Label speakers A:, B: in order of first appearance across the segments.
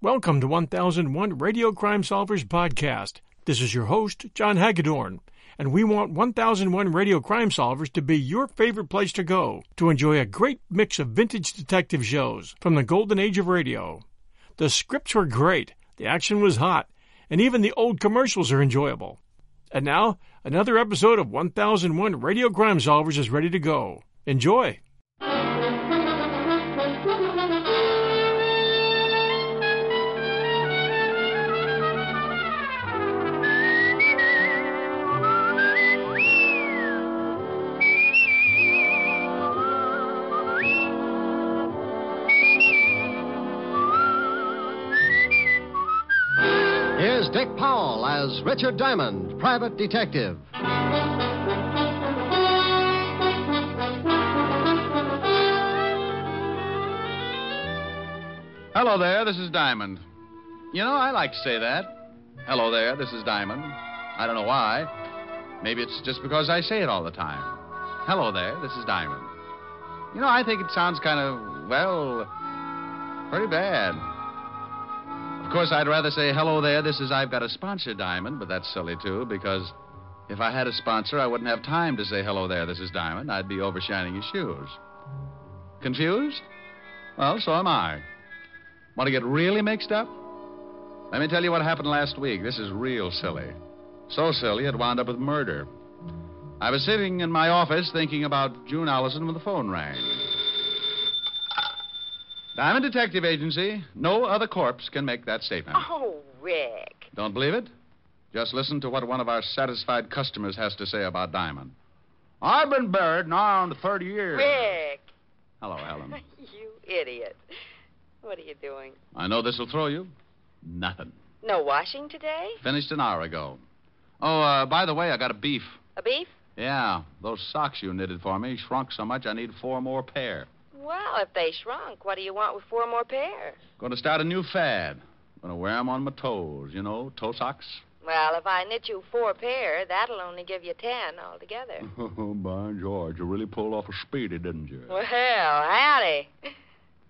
A: Welcome to 1001 Radio Crime Solvers Podcast. This is your host, John Hagedorn, and we want 1001 Radio Crime Solvers to be your favorite place to go to enjoy a great mix of vintage detective shows from the golden age of radio. The scripts were great, the action was hot, and even the old commercials are enjoyable. And now, another episode of 1001 Radio Crime Solvers is ready to go. Enjoy!
B: Here's Dick Powell as Richard Diamond, private detective.
C: Hello there, this is Diamond. You know, I like to say that. Hello there, this is Diamond. I don't know why. Maybe it's just because I say it all the time. Hello there, this is Diamond. You know, I think it sounds kind of, well, pretty bad. Of course, I'd rather say hello there, this is I've got a sponsor, Diamond, but that's silly too, because if I had a sponsor, I wouldn't have time to say hello there, this is Diamond. I'd be overshining his shoes. Confused? Well, so am I. Want to get really mixed up? Let me tell you what happened last week. This is real silly. So silly, it wound up with murder. I was sitting in my office thinking about June Allison when the phone rang. Diamond Detective Agency, no other corpse can make that statement.
D: Oh, Rick.
C: Don't believe it? Just listen to what one of our satisfied customers has to say about Diamond. I've been buried now on 30 years.
D: Rick.
C: Hello, Helen.
D: you idiot. What are you doing?
C: I know this will throw you. Nothing.
D: No washing today?
C: Finished an hour ago. Oh, uh, by the way, I got a beef.
D: A beef?
C: Yeah, those socks you knitted for me shrunk so much I need four more pair.
D: Well, if they shrunk, what do you want with four more pairs?
C: Going to start a new fad. Going to wear 'em on my toes, you know, toe socks.
D: Well, if I knit you four pair, that'll only give you ten altogether.
C: Oh, by George, you really pulled off a speedy, didn't you?
D: well, howdy.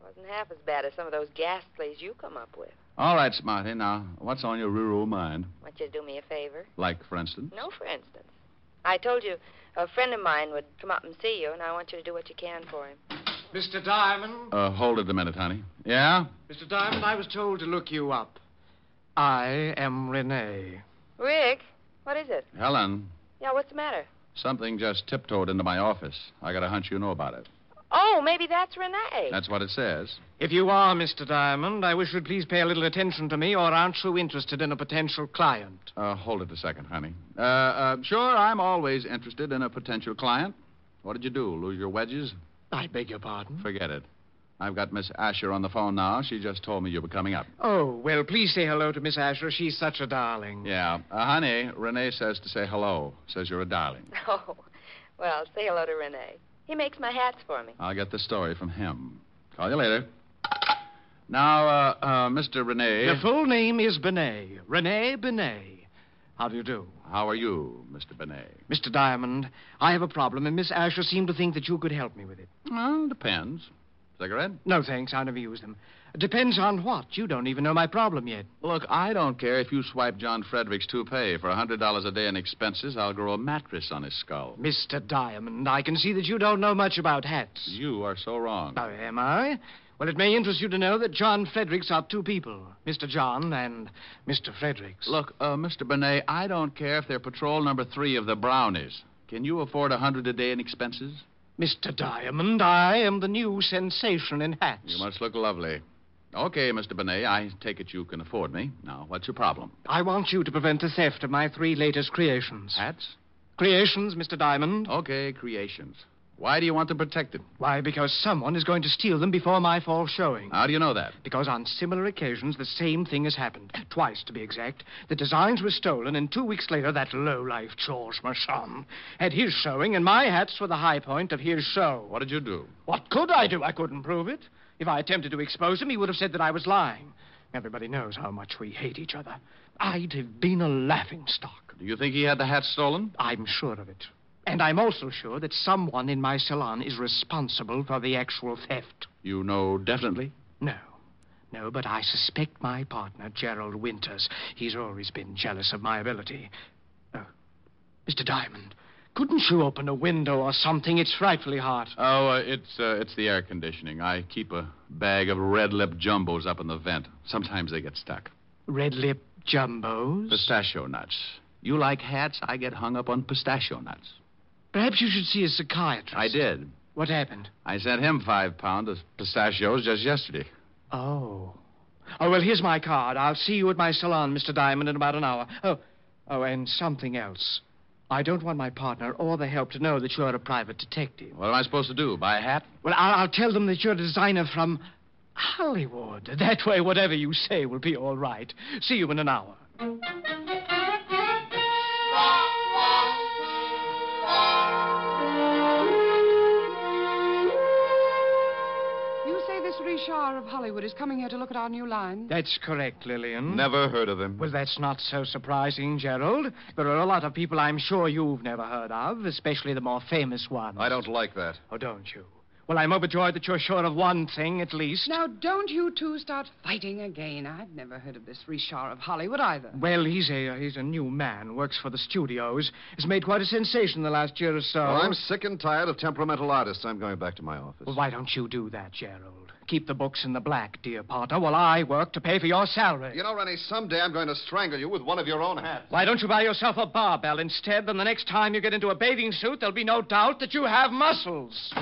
D: Wasn't half as bad as some of those ghastlies you come up with.
C: All right, Smarty, now, what's on your rural mind?
D: Want you to do me a favor?
C: Like, for instance?
D: No, for instance. I told you a friend of mine would come up and see you, and I want you to do what you can for him.
E: Mr. Diamond,
C: Uh, hold it a minute, honey. Yeah?
E: Mr. Diamond, I was told to look you up. I am Renee.
D: Rick, what is it?
C: Helen,
D: Yeah, what's the matter?
C: something just tiptoed into my office. I got a hunch you know about it.
D: Oh, maybe that's Renee.
C: That's what it says.
E: If you are Mr. Diamond, I wish you'd please pay a little attention to me, or aren't you interested in a potential client?
C: Uh, hold it a second, honey. Uh, uh, sure, I'm always interested in a potential client. What did you do? Lose your wedges?
E: I beg your pardon.
C: Forget it. I've got Miss Asher on the phone now. She just told me you were coming up.
E: Oh, well, please say hello to Miss Asher. She's such a darling.
C: Yeah. Uh, honey, Renee says to say hello. Says you're a darling.
D: Oh, well, say hello to Renee. He makes my hats for me.
C: I'll get the story from him. Call you later. Now, uh, uh, Mr. Renee.
E: Your full name is Benet. Renee Benet. How do you do?
C: How are you, Mr. Benet?
E: Mr. Diamond, I have a problem, and Miss Asher seemed to think that you could help me with it.
C: Well, depends. Cigarette?
E: No, thanks. I never use them. Depends on what. You don't even know my problem yet.
C: Look, I don't care if you swipe John Frederick's toupee for a $100 a day in expenses. I'll grow a mattress on his skull.
E: Mr. Diamond, I can see that you don't know much about hats.
C: You are so wrong.
E: Now, am I? Well, it may interest you to know that John Fredericks are two people Mr. John and Mr. Fredericks.
C: Look, uh, Mr. Benet, I don't care if they're patrol number three of the Brownies. Can you afford a hundred a day in expenses?
E: Mr. Diamond, I am the new sensation in hats.
C: You must look lovely. Okay, Mr. Benet, I take it you can afford me. Now, what's your problem?
E: I want you to prevent the theft of my three latest creations.
C: Hats?
E: Creations, Mr. Diamond?
C: Okay, creations. Why do you want them protected?
E: Why, because someone is going to steal them before my fall showing.
C: How do you know that?
E: Because on similar occasions, the same thing has happened. Twice, to be exact. The designs were stolen, and two weeks later, that lowlife Georges Marchand had his showing, and my hats were the high point of his show.
C: What did you do?
E: What could I do? I couldn't prove it. If I attempted to expose him, he would have said that I was lying. Everybody knows how much we hate each other. I'd have been a laughing stock.
C: Do you think he had the hats stolen?
E: I'm sure of it. And I'm also sure that someone in my salon is responsible for the actual theft.
C: You know definitely.
E: No. No, but I suspect my partner, Gerald Winters. He's always been jealous of my ability. Oh, Mr. Diamond, couldn't you open a window or something? It's frightfully hot.
C: Oh, uh, it's uh, it's the air conditioning. I keep a bag of red lip jumbos up in the vent. Sometimes they get stuck.
E: Red lip jumbos?
C: Pistachio nuts. You like hats? I get hung up on pistachio nuts.
E: Perhaps you should see a psychiatrist.
C: I did.
E: What happened?
C: I sent him five pounds of pistachios just yesterday.
E: Oh. Oh, well, here's my card. I'll see you at my salon, Mr. Diamond, in about an hour. Oh, oh, and something else. I don't want my partner or the help to know that you're a private detective.
C: What am I supposed to do? Buy a hat?
E: Well, I'll, I'll tell them that you're a designer from Hollywood. That way, whatever you say will be all right. See you in an hour.
F: You say this Richard of Hollywood is coming here to look at our new line?
E: That's correct, Lillian.
C: Never heard of him.
E: Well, that's not so surprising, Gerald. There are a lot of people I'm sure you've never heard of, especially the more famous ones.
C: I don't like that.
E: Oh, don't you? Well, I'm overjoyed that you're sure of one thing, at least.
F: Now, don't you two start fighting again. I've never heard of this Richard of Hollywood either.
E: Well, he's a, he's a new man, works for the studios. Has made quite a sensation the last year or so.
G: Well, I'm sick and tired of temperamental artists. I'm going back to my office.
E: Well, why don't you do that, Gerald? Keep the books in the black, dear Potter, while I work to pay for your salary.
G: You know, Rennie, someday I'm going to strangle you with one of your own hats.
E: Why don't you buy yourself a barbell instead? Then the next time you get into a bathing suit, there'll be no doubt that you have muscles.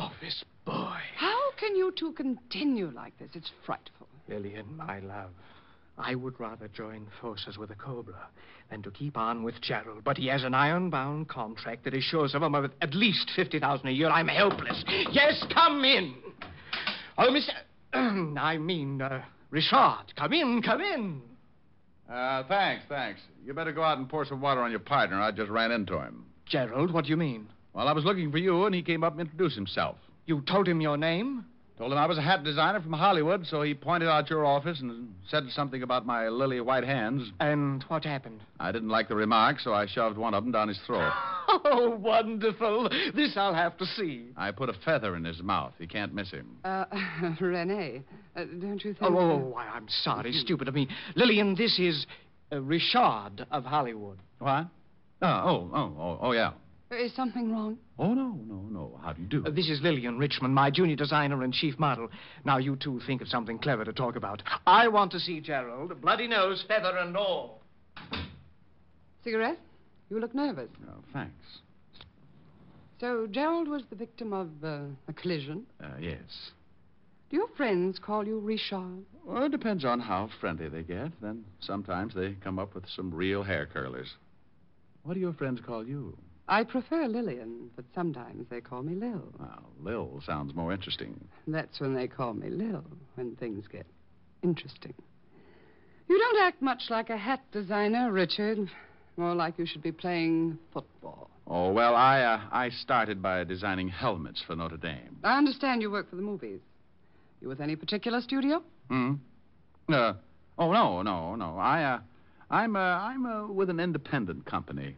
E: Oh, this boy.
F: How can you two continue like this? It's frightful.
E: Lillian, my love, I would rather join forces with a cobra than to keep on with Gerald. But he has an iron-bound contract that assures him of at least fifty thousand a year. I'm helpless. Yes, come in. Oh, Mister, I mean, uh, Richard, come in, come in.
C: Uh, thanks, thanks. You better go out and pour some water on your partner. I just ran into him.
E: Gerald, what do you mean?
C: Well, I was looking for you, and he came up and introduced himself.
E: You told him your name?
C: Told him I was a hat designer from Hollywood, so he pointed out your office and said something about my lily white hands.
E: And what happened?
C: I didn't like the remark, so I shoved one of them down his throat.
E: Oh, wonderful. This I'll have to see.
C: I put a feather in his mouth. He can't miss him.
F: Uh, Renee, uh, don't you think...
E: Oh, oh, oh, I- I'm sorry. Stupid of me. Lillian, this is uh, Richard of Hollywood.
C: What? Oh, oh, oh, oh, oh, yeah.
F: Is something wrong?
C: Oh, no, no, no. How do you do?
E: Uh, this is Lillian Richmond, my junior designer and chief model. Now, you two think of something clever to talk about. I want to see Gerald, bloody nose, feather, and all.
F: Cigarette? You look nervous.
C: Oh, thanks.
F: So Gerald was the victim of uh, a collision.
C: Uh, yes.
F: Do your friends call you Richard?
C: Well, it depends on how friendly they get. Then sometimes they come up with some real hair curlers. What do your friends call you?
F: I prefer Lillian, but sometimes they call me Lil.
C: Well, Lil sounds more interesting.
F: That's when they call me Lil, when things get interesting. You don't act much like a hat designer, Richard. More like you should be playing football.
C: Oh, well, I, uh, I started by designing helmets for Notre Dame.
F: I understand you work for the movies. You with any particular studio?
C: Hmm? Uh, oh, no, no, no. I, uh, I'm, uh, I'm uh, with an independent company,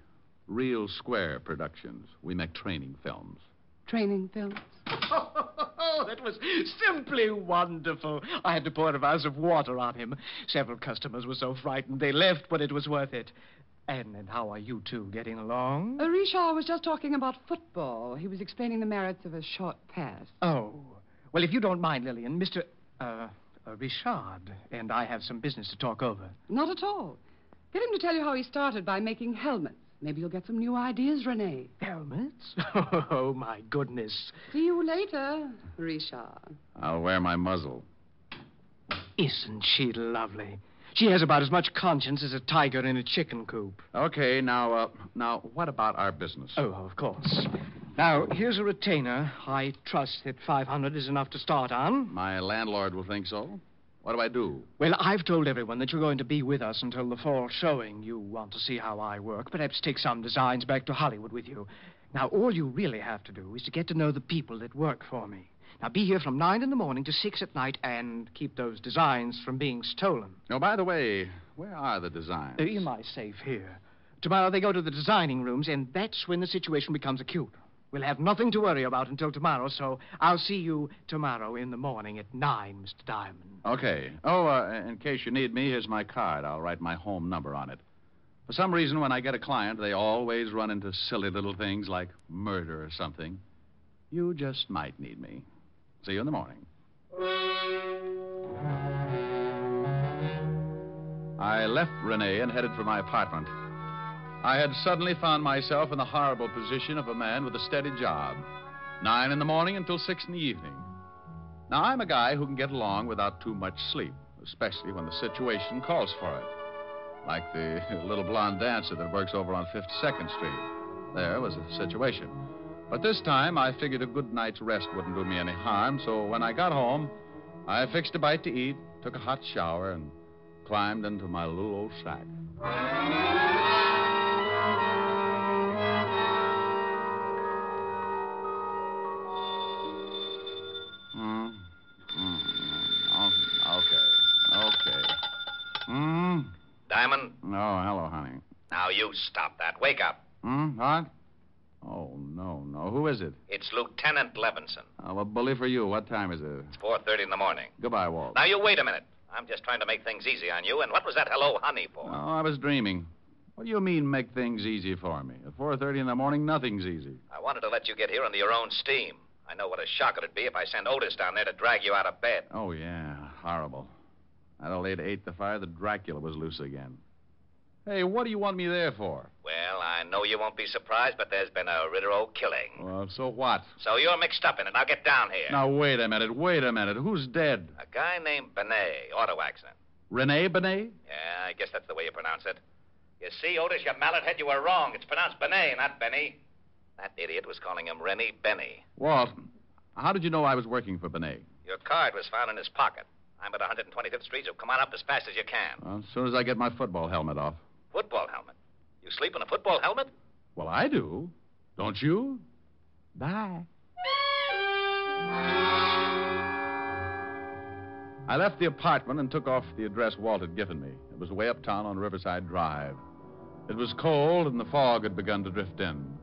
C: Real Square Productions. We make training films.
F: Training films?
E: Oh, that was simply wonderful. I had to pour a vase of water on him. Several customers were so frightened they left, but it was worth it. And, and how are you two getting along?
F: Uh, Richard was just talking about football. He was explaining the merits of a short pass.
E: Oh. Well, if you don't mind, Lillian, Mr. Uh, uh, Richard and I have some business to talk over.
F: Not at all. Get him to tell you how he started by making helmets. Maybe you'll get some new ideas, Renee.
E: Helmets? Oh, my goodness.
F: See you later, Richard.
C: I'll wear my muzzle.
E: Isn't she lovely? She has about as much conscience as a tiger in a chicken coop.
C: Okay, now, uh, now, what about our business?
E: Oh, of course. Now, here's a retainer. I trust that 500 is enough to start on.
C: My landlord will think so. What do I do?
E: Well, I've told everyone that you're going to be with us until the fall showing. You want to see how I work, perhaps take some designs back to Hollywood with you. Now, all you really have to do is to get to know the people that work for me. Now, be here from 9 in the morning to 6 at night and keep those designs from being stolen.
C: Oh, by the way, where are the designs?
E: They're in my safe here. Tomorrow they go to the designing rooms, and that's when the situation becomes acute. We'll have nothing to worry about until tomorrow, so I'll see you tomorrow in the morning at 9, Mr. Diamond.
C: Okay. Oh, uh, in case you need me, here's my card. I'll write my home number on it. For some reason, when I get a client, they always run into silly little things like murder or something. You just might need me. See you in the morning. I left Renee and headed for my apartment. I had suddenly found myself in the horrible position of a man with a steady job. Nine in the morning until six in the evening. Now, I'm a guy who can get along without too much sleep, especially when the situation calls for it. Like the little blonde dancer that works over on 52nd Street. There was a situation. But this time, I figured a good night's rest wouldn't do me any harm, so when I got home, I fixed a bite to eat, took a hot shower, and climbed into my little old shack. Mm. Mm. Okay. Okay. Mm.
H: Diamond,
C: Oh, hello, honey.
H: now you stop that. Wake up.
C: Hmm? What? Oh, no, no. Who is it?
H: It's Lieutenant Levinson.
C: Oh, a bully for you. What time is it?
H: It's 4.30 in the morning.
C: Goodbye, Walt.
H: Now you wait a minute. I'm just trying to make things easy on you, and what was that hello honey for?
C: Oh, I was dreaming. What do you mean, make things easy for me? At 4.30 in the morning, nothing's easy.
H: I wanted to let you get here under your own steam. I know what a shock it'd be if I sent Otis down there to drag you out of bed.
C: Oh, yeah. Horrible. That old lady ate the fire. The Dracula was loose again. Hey, what do you want me there for?
H: Well, I know you won't be surprised, but there's been a Ritero killing.
C: Well, so what?
H: So you're mixed up in it. Now get down here.
C: Now, wait a minute. Wait a minute. Who's dead?
H: A guy named Benet, auto accident.
C: Renee Benet?
H: Yeah, I guess that's the way you pronounce it. You see, Otis, you mallet head, you were wrong. It's pronounced Benet, not Benny. That idiot was calling him Rennie Benny.
C: Walt, how did you know I was working for Benet?
H: Your card was found in his pocket. I'm at 125th Street, so come on up as fast as you can.
C: Well, as soon as I get my football helmet off.
H: Football helmet. You sleep in a football helmet?
C: Well, I do. Don't you? Bye. I left the apartment and took off the address Walt had given me. It was way uptown on Riverside Drive. It was cold, and the fog had begun to drift in.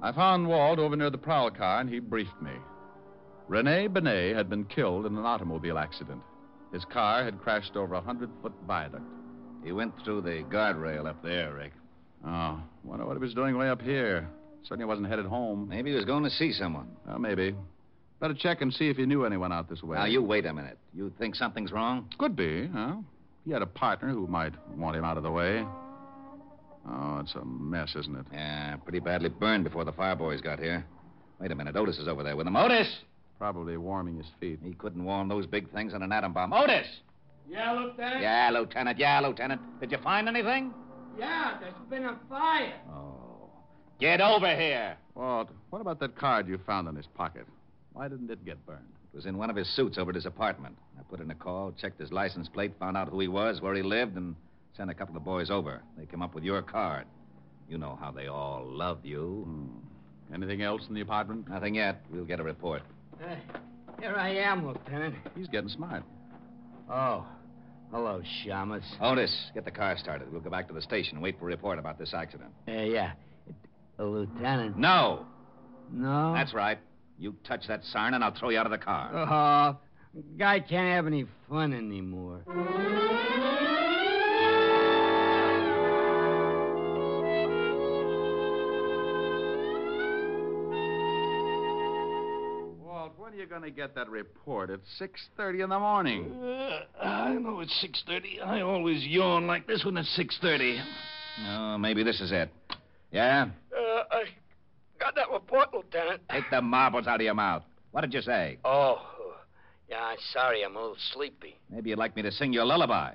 C: I found Walt over near the prowl car, and he briefed me. Rene Benet had been killed in an automobile accident. His car had crashed over a hundred foot viaduct.
I: He went through the guardrail up there, Rick.
C: Oh, wonder what he was doing way up here. Certainly wasn't headed home.
I: Maybe he was going to see someone.
C: Well, maybe. Better check and see if he knew anyone out this way.
I: Now, you wait a minute. You think something's wrong?
C: Could be, huh? He had a partner who might want him out of the way. Oh, it's a mess, isn't it?
I: Yeah, pretty badly burned before the fire boys got here. Wait a minute. Otis is over there with him. Otis!
C: Probably warming his feet.
I: He couldn't warm those big things on an atom bomb. Otis!
J: Yeah, Lieutenant?
I: Yeah, Lieutenant. Yeah, Lieutenant. Did you find anything?
J: Yeah, there's been a fire.
I: Oh. Get over here.
C: Walt, what about that card you found in his pocket? Why didn't it get burned?
I: It was in one of his suits over at his apartment. I put in a call, checked his license plate, found out who he was, where he lived, and sent a couple of boys over. They came up with your card. You know how they all love you.
C: Hmm. Anything else in the apartment?
I: Nothing yet. We'll get a report.
J: Uh, here I am, Lieutenant.
C: He's getting smart.
J: Oh, hello, Shamus.
I: Otis, get the car started. We'll go back to the station and wait for a report about this accident.
J: Uh, yeah. Uh, Lieutenant.
I: No!
J: No?
I: That's right. You touch that siren, and I'll throw you out of the car.
J: Oh, guy can't have any fun anymore.
C: Walt, when are you going to get that report? It's 6.30 in the morning.
H: Uh, I know it's 6.30. I always yawn like this when it's 6.30.
I: Oh, maybe this is it. Yeah?
H: Uh, I got that report, Lieutenant.
I: Take the marbles out of your mouth. What did you say?
H: Oh,
K: I'm sorry, I'm a little sleepy.
I: Maybe you'd like me to sing you a lullaby.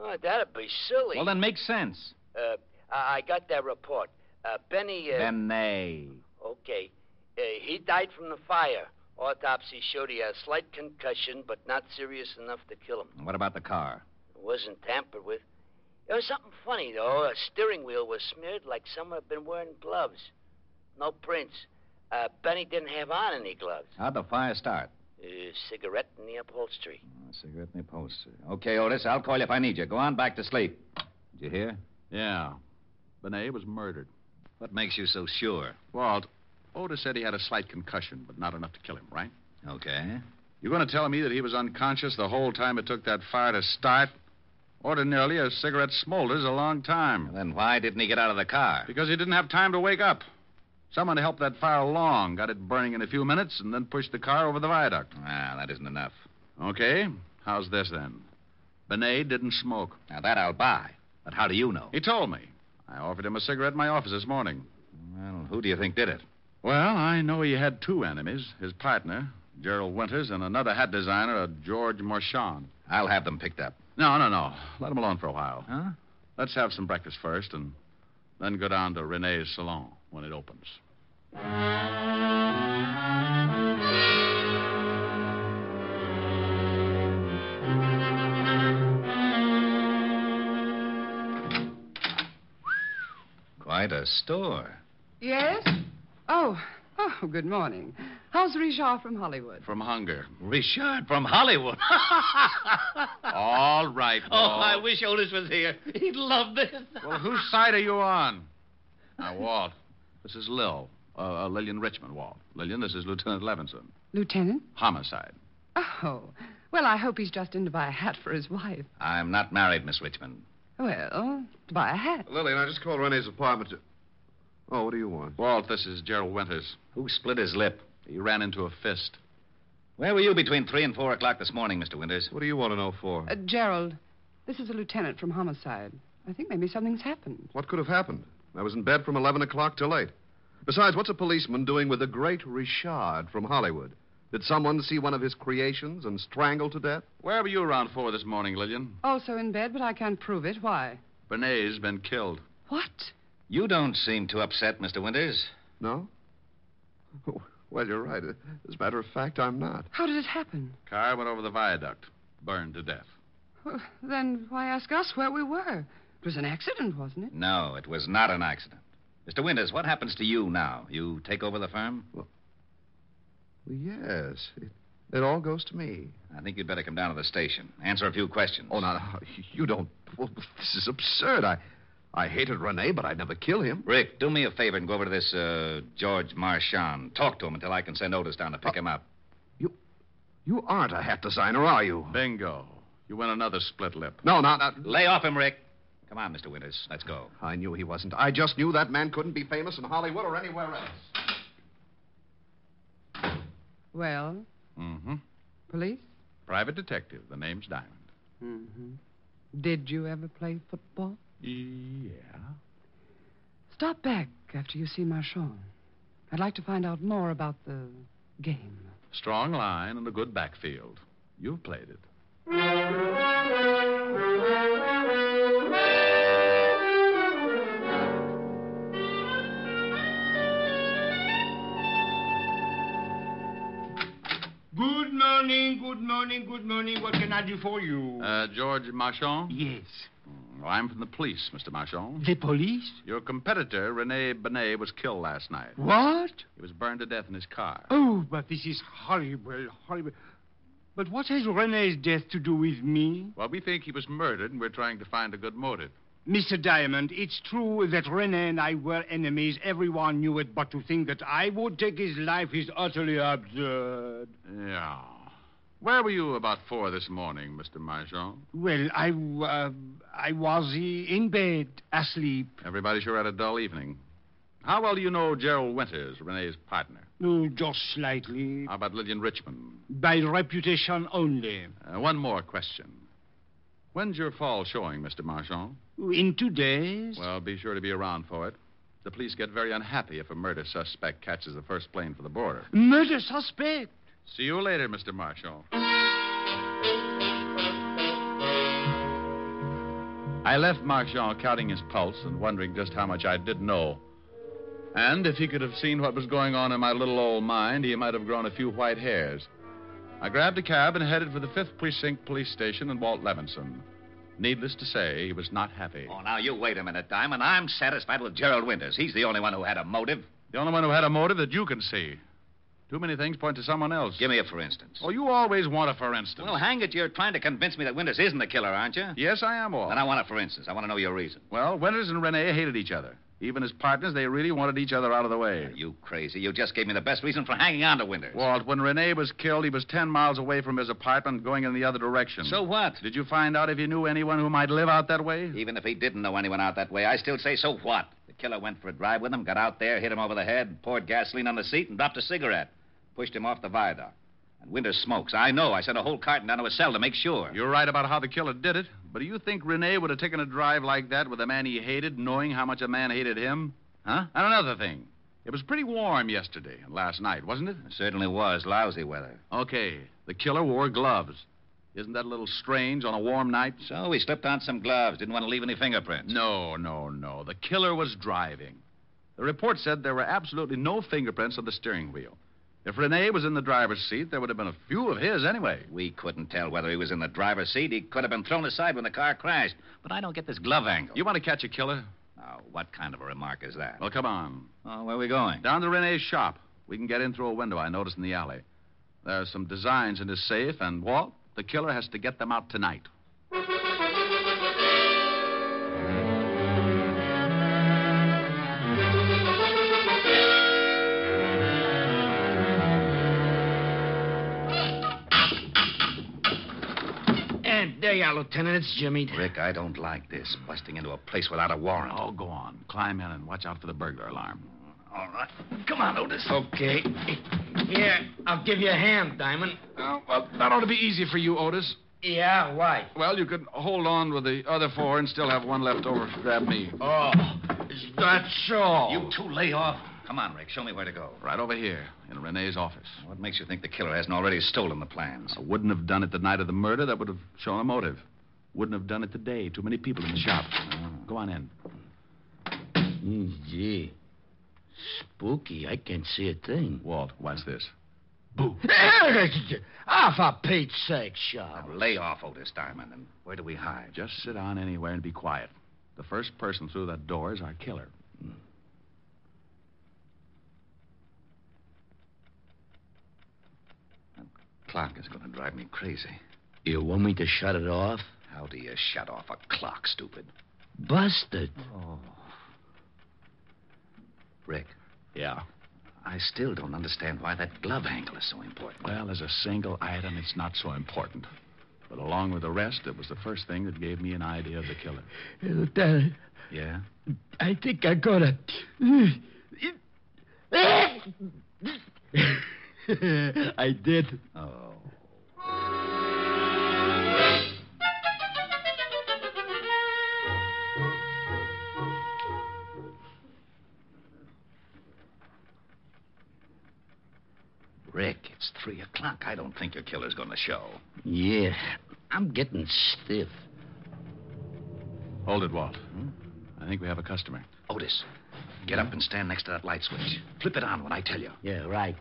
K: Oh, that'd be silly.
I: Well, then make sense.
K: Uh, I I got that report. Uh, Benny. Uh,
I: Then nay.
K: Okay. Uh, he died from the fire. Autopsy showed he had a slight concussion, but not serious enough to kill him.
I: And What about the car?
K: It wasn't tampered with. There was something funny, though. A steering wheel was smeared like someone had been wearing gloves. No prints. Uh, Benny didn't have on any gloves.
I: How'd the fire start?
K: Uh, cigarette in the upholstery.
I: A cigarette in the poster. Okay, Otis, I'll call you if I need you. Go on back to sleep. Did you hear?
C: Yeah. Benet was murdered.
I: What makes you so sure?
C: Walt, Otis said he had a slight concussion, but not enough to kill him, right?
I: Okay.
C: You're going to tell me that he was unconscious the whole time it took that fire to start? Ordinarily, a cigarette smolders a long time.
I: Then why didn't he get out of the car?
C: Because he didn't have time to wake up. Someone helped that fire along, got it burning in a few minutes, and then pushed the car over the viaduct.
I: Ah, that isn't enough.
C: Okay, how's this then? Benet didn't smoke.
I: Now, that I'll buy. But how do you know?
C: He told me. I offered him a cigarette in my office this morning.
I: Well, who do you think did it?
C: Well, I know he had two enemies his partner, Gerald Winters, and another hat designer, a George Marchand.
I: I'll have them picked up.
C: No, no, no. Let him alone for a while.
I: Huh?
C: Let's have some breakfast first and then go down to Renee's salon when it opens.
I: Quite a store.
F: Yes? Oh, oh, good morning. How's Richard from Hollywood?
C: From hunger.
I: Richard from Hollywood.
C: All right,
H: Oh,
C: Walt.
H: I wish Otis was here. He'd love this.
C: Well, whose side are you on? Now, Walt, this is Lil. Uh, uh, Lillian Richmond, Walt. Lillian, this is Lieutenant Levinson.
F: Lieutenant?
C: Homicide.
F: Oh, well, I hope he's just in to buy a hat for his wife.
I: I'm not married, Miss Richmond.
F: Well, to buy a hat.
G: Lillian, I just called Renee's apartment to. Oh, what do you want?
C: Walt, this is Gerald Winters.
I: Who split his lip?
C: He ran into a fist.
I: Where were you between 3 and 4 o'clock this morning, Mr. Winters?
G: What do you want to know for?
F: Uh, Gerald, this is a lieutenant from homicide. I think maybe something's happened.
G: What could have happened? I was in bed from 11 o'clock till 8. Besides, what's a policeman doing with the great Richard from Hollywood? Did someone see one of his creations and strangle to death?
C: Where were you around four this morning, Lillian?
F: Also in bed, but I can't prove it. Why?
C: Benet's been killed.
F: What?
I: You don't seem too upset, Mr. Winters.
G: No? Well, you're right. As a matter of fact, I'm not.
F: How did it happen?
C: Car went over the viaduct, burned to death.
F: Well, then why ask us where we were? It was an accident, wasn't it?
I: No, it was not an accident. Mr. Winters, what happens to you now? You take over the firm?
G: Well, yes. It, it all goes to me.
I: I think you'd better come down to the station. Answer a few questions.
G: Oh, no, no, you don't. Well, this is absurd. I, I hated Renee, but I'd never kill him.
I: Rick, do me a favor and go over to this uh, George Marchand. Talk to him until I can send Otis down to pick him up.
G: You aren't a hat designer, are you?
C: Bingo. You win another split lip.
G: No, not, not.
I: Lay off him, Rick. Come on, Mr. Winters. Let's go.
G: I knew he wasn't. I just knew that man couldn't be famous in Hollywood or anywhere else.
F: Well,
C: Mm-hmm.
F: police?
C: Private detective. The name's Diamond.
F: Mm-hmm. Did you ever play football?
C: Yeah.
F: Stop back after you see Marchand. I'd like to find out more about the game.
C: Strong line and a good backfield. You've played it.
L: Good morning, good morning, good morning. What can I do for you?
C: Uh, George Marchand?
L: yes.
C: Mm, I'm from the police, Mr. Marchand.
L: The police?
C: Your competitor, Rene Benet, was killed last night.
L: What?
C: He was burned to death in his car.
L: Oh, but this is horrible, horrible. But what has Renee's death to do with me?
C: Well, we think he was murdered, and we're trying to find a good motive.
L: Mr. Diamond, it's true that Renee and I were enemies. Everyone knew it, but to think that I would take his life is utterly absurd.
C: Yeah. Where were you about four this morning, Mr. Marchand?
L: Well, I, w- uh, I was uh, in bed, asleep.
C: Everybody sure had a dull evening. How well do you know Gerald Winters, Renee's partner?
L: Oh, just slightly.
C: How about Lillian Richmond?
L: By reputation only.
C: Uh, one more question. When's your fall showing, Mr. Marchand?
L: In two days?
C: Well, be sure to be around for it. The police get very unhappy if a murder suspect catches the first plane for the border.
L: Murder suspect.
C: See you later, Mr. Marchand. I left Marchand counting his pulse and wondering just how much I did know. And if he could have seen what was going on in my little old mind, he might have grown a few white hairs. I grabbed a cab and headed for the 5th Precinct Police Station and Walt Levinson. Needless to say, he was not happy.
I: Oh, now you wait a minute, Diamond. I'm satisfied with Gerald Winters. He's the only one who had a motive.
C: The only one who had a motive that you can see. Too many things point to someone else.
I: Give me a for instance.
C: Oh, you always want a for instance.
I: Well, hang it, you're trying to convince me that Winters isn't the killer, aren't you?
C: Yes, I am, Walt.
I: Then I want a for instance. I want to know your reason.
C: Well, Winters and Renee hated each other. Even as partners, they really wanted each other out of the way.
I: Are you crazy? You just gave me the best reason for hanging on to Winters.
C: Walt, when Renee was killed, he was ten miles away from his apartment going in the other direction.
I: So what?
C: Did you find out if he knew anyone who might live out that way?
I: Even if he didn't know anyone out that way, I still say, so what? The killer went for a drive with him, got out there, hit him over the head, poured gasoline on the seat, and dropped a cigarette. Pushed him off the viaduct. And Winters smokes. I know. I sent a whole carton down to his cell to make sure.
C: You're right about how the killer did it, but do you think Renee would have taken a drive like that with a man he hated, knowing how much a man hated him? Huh? And another thing. It was pretty warm yesterday and last night, wasn't it?
I: It certainly was. Lousy weather.
C: Okay. The killer wore gloves. Isn't that a little strange on a warm night?
I: So he slipped on some gloves. Didn't want to leave any fingerprints.
C: No, no, no. The killer was driving. The report said there were absolutely no fingerprints on the steering wheel. If Rene was in the driver's seat, there would have been a few of his anyway.
I: We couldn't tell whether he was in the driver's seat. He could have been thrown aside when the car crashed. But I don't get this glove angle.
C: You want to catch a killer?
I: Now, what kind of a remark is that?
C: Well, come on.
I: Oh, where are we going?
C: Down to Renee's shop. We can get in through a window I noticed in the alley. There are some designs in his safe, and Walt, the killer has to get them out tonight.
J: There you are, Lieutenant. It's Jimmy.
I: Rick, I don't like this. Busting into a place without a warrant.
C: Oh, go on. Climb in and watch out for the burglar alarm.
J: All right. Come on, Otis.
I: Okay.
J: Here, I'll give you a hand, Diamond.
C: Oh, well, that ought to be easy for you, Otis.
J: Yeah, why?
C: Well, you could hold on with the other four and still have one left over to grab me.
J: Oh, is that so?
I: You two lay off. Come on, Rick. Show me where to go.
C: Right over here, in Renee's office.
I: What makes you think the killer hasn't already stolen the plans?
C: I wouldn't have done it the night of the murder. That would have shown a motive. Wouldn't have done it today. Too many people in the shop. Oh. Go on in.
J: Mm, gee. Spooky. I can't see a thing.
C: Walt, what's this?
J: Boo. off a Ah, Pete's sake, Shaw.
I: Lay off, Otis Diamond. And where do we hide?
C: Just sit down anywhere and be quiet. The first person through that door is our killer.
I: clock is going to drive me crazy.
J: You want me to shut it off?
I: How do you shut off a clock, stupid?
J: Busted.
I: Oh. Rick.
C: Yeah.
I: I still don't understand why that glove angle is so important.
C: Well, as a single item, it's not so important. But along with the rest, it was the first thing that gave me an idea of the killer.
J: Lieutenant.
C: Yeah?
J: I think I got it. I did.
I: Oh. Rick, it's three o'clock. I don't think your killer's going to show.
J: Yeah, I'm getting stiff.
C: Hold it, Walt. Hmm? I think we have a customer.
I: Otis, get up and stand next to that light switch. Flip it on when I tell you.
J: Yeah, right.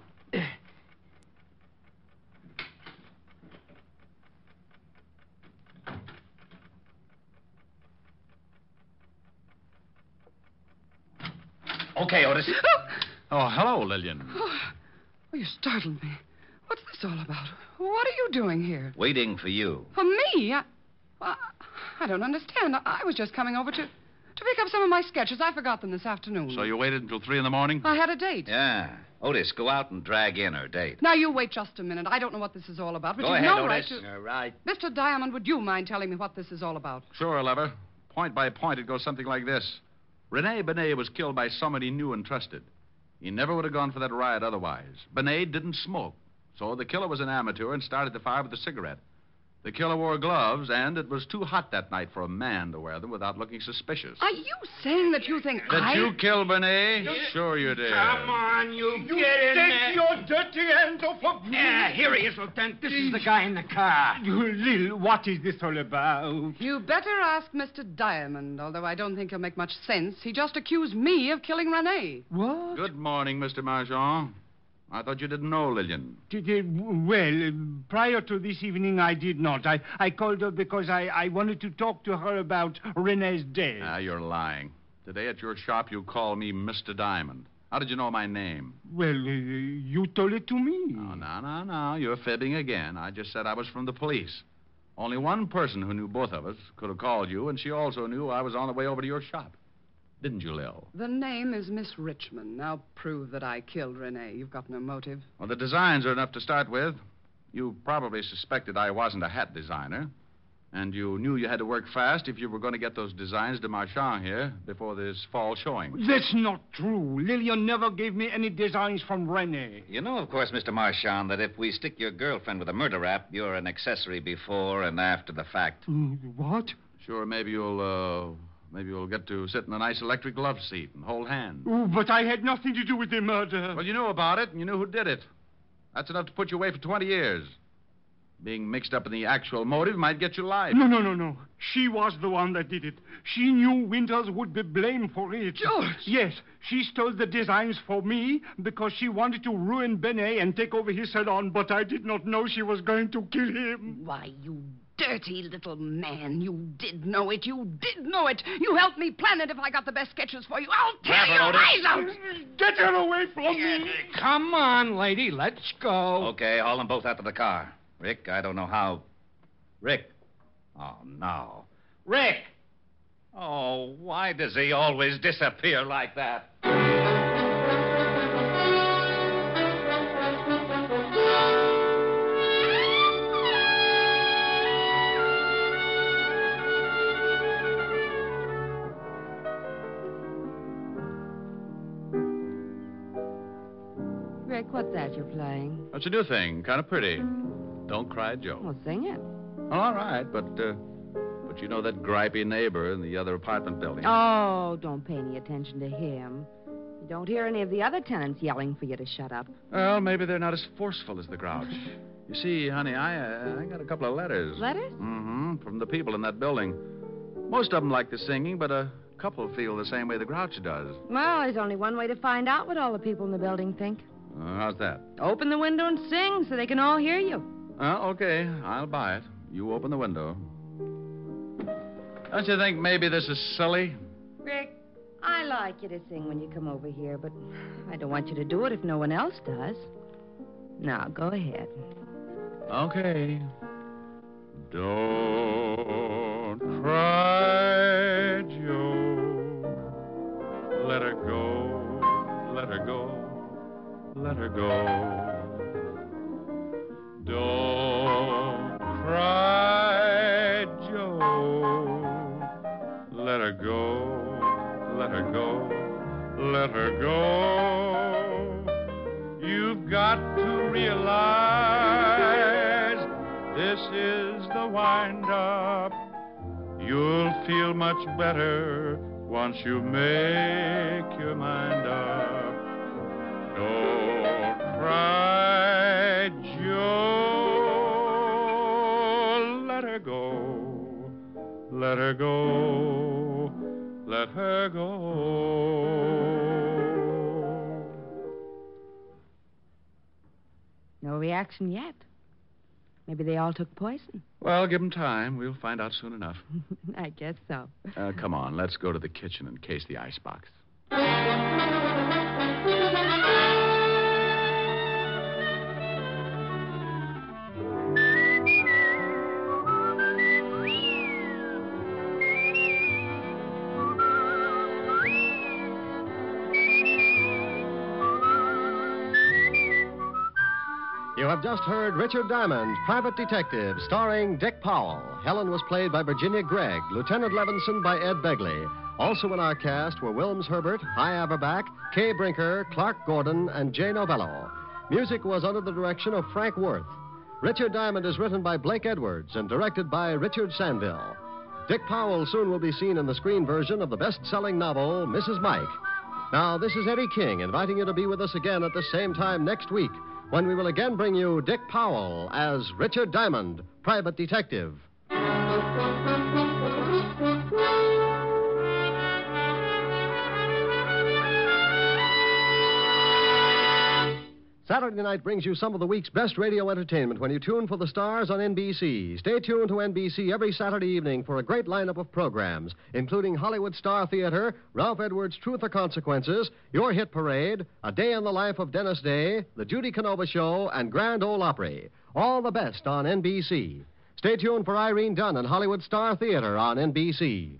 I: Okay, Otis.
C: oh, hello, Lillian.
F: Oh, well, you startled me. What's this all about? What are you doing here?
I: Waiting for you.
F: For me? I, I, I don't understand. I, I was just coming over to to pick up some of my sketches. I forgot them this afternoon.
C: So you waited until three in the morning?
F: I had a date.
I: Yeah. Otis, go out and drag in her date.
F: Now you wait just a minute. I don't know what this is all about, but
I: go
F: you
I: ahead,
F: know
I: Otis.
F: right to.
J: All right.
F: Mr. Diamond, would you mind telling me what this is all about?
C: Sure, lover. Point by point, it goes something like this. Rene Benet was killed by someone he knew and trusted. He never would have gone for that riot otherwise. Benet didn't smoke, so the killer was an amateur and started the fire with a cigarette. The killer wore gloves, and it was too hot that night for a man to wear them without looking suspicious.
F: Are you saying that you think
C: Did
F: I...
C: you kill Benet? Sure you did.
L: Come on, you,
M: You
L: get
M: take
L: in there.
M: your
L: dirty hands off of
M: me.
L: Yeah, Ah, here he is, Lieutenant. This is the guy in the car. You, Lil, what is this all about?
F: You better ask Mr. Diamond, although I don't think he'll make much sense. He just accused me of killing Renee.
L: What?
C: Good morning, Mr. Marchand. I thought you didn't know Lillian.
L: Did it- Well, uh, prior to this evening, I did not. I, I called her because I, I wanted to talk to her about Renee's death.
C: Ah, you're lying. Today at your shop, you called me Mr. Diamond. How did you know my name?
L: Well, uh, you told it to me.
C: Oh, no, no, no. You're fibbing again. I just said I was from the police. Only one person who knew both of us could have called you, and she also knew I was on the way over to your shop. Didn't you, Lil?
F: The name is Miss Richmond. Now prove that I killed Renee. You've got no motive.
C: Well, the designs are enough to start with. You probably suspected I wasn't a hat designer, and you knew you had to work fast if you were going to get those designs to Marchand here before this fall showing.
L: That's not true. Lillian never gave me any designs from Renee.
I: You know, of course, Mr. Marchand, that if we stick your girlfriend with a murder rap, you're an accessory before and after the fact.
L: What?
C: Sure, maybe you'll, uh, maybe you'll get to sit in a nice electric love seat and hold hands.
L: Oh, but I had nothing to do with the murder.
C: Well, you knew about it, and you knew who did it. That's enough to put you away for 20 years. Being mixed up in the actual motive might get you life.
L: No, no, no, no. She was the one that did it. She knew Winters would be blamed for it. George! Yes, she stole the designs for me because she wanted to ruin Benet and take over his salon, but I did not know she was going to kill him.
F: Why, you dirty little man. You did know it. You did know it. You helped me plan it if I got the best sketches for you. I'll tear
M: Grab her,
F: your
M: Otis.
F: eyes out.
L: Get her away from me.
I: Come on, lady, let's go. Okay, haul them both out to the car. Rick, I don't know how. Rick. Oh, no. Rick! Oh, why does he always disappear like that?
N: Rick, what's that you're playing?
C: That's a new thing, kind of pretty. Don't cry, Joe.
N: Well, sing it.
C: Well, all right, but uh, but you know that gripey neighbor in the other apartment building.
N: Oh, don't pay any attention to him. You don't hear any of the other tenants yelling for you to shut up.
C: Well, maybe they're not as forceful as the Grouch. You see, honey, I uh, I got a couple of letters.
N: Letters?
C: Mm-hmm. From the people in that building. Most of them like the singing, but a couple feel the same way the Grouch does.
N: Well, there's only one way to find out what all the people in the building think.
C: Uh, how's that?
N: Open the window and sing so they can all hear you.
C: Uh, okay, I'll buy it. You open the window. Don't you think maybe this is silly?
N: Rick, I like you to sing when you come over here, but I don't want you to do it if no one else does. Now, go ahead.
C: Okay. Don't cry, Joe. Let her go. Let her go. Let her go. Don't cry, Joe. Let her go. Let her go. Let her go. You've got to realize this is the wind up. You'll feel much better once you make your mind up. Don't cry, Joe. Let her go. Let her go. Let her go.
N: No reaction yet. Maybe they all took poison.
C: Well, give 'em time. We'll find out soon enough.
N: I guess so.
C: Uh, come on, let's go to the kitchen and case the icebox.
B: You have just heard Richard Diamond, Private Detective, starring Dick Powell. Helen was played by Virginia Gregg, Lieutenant Levinson by Ed Begley. Also in our cast were Wilms Herbert, High Averback, Kay Brinker, Clark Gordon, and Jay Novello. Music was under the direction of Frank Worth. Richard Diamond is written by Blake Edwards and directed by Richard Sandville. Dick Powell soon will be seen in the screen version of the best selling novel, Mrs. Mike. Now, this is Eddie King inviting you to be with us again at the same time next week when we will again bring you Dick Powell as Richard Diamond, private detective. Saturday night brings you some of the week's best radio entertainment when you tune for the stars on NBC. Stay tuned to NBC every Saturday evening for a great lineup of programs, including Hollywood Star Theater, Ralph Edwards' Truth or Consequences, Your Hit Parade, A Day in the Life of Dennis Day, The Judy Canova Show, and Grand Ole Opry. All the best on NBC. Stay tuned for Irene Dunn and Hollywood Star Theater on NBC.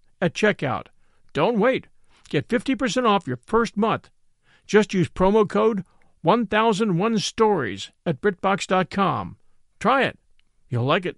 A: at checkout. Don't wait. Get 50% off your first month. Just use promo code 1001 Stories at BritBox.com. Try it. You'll like it.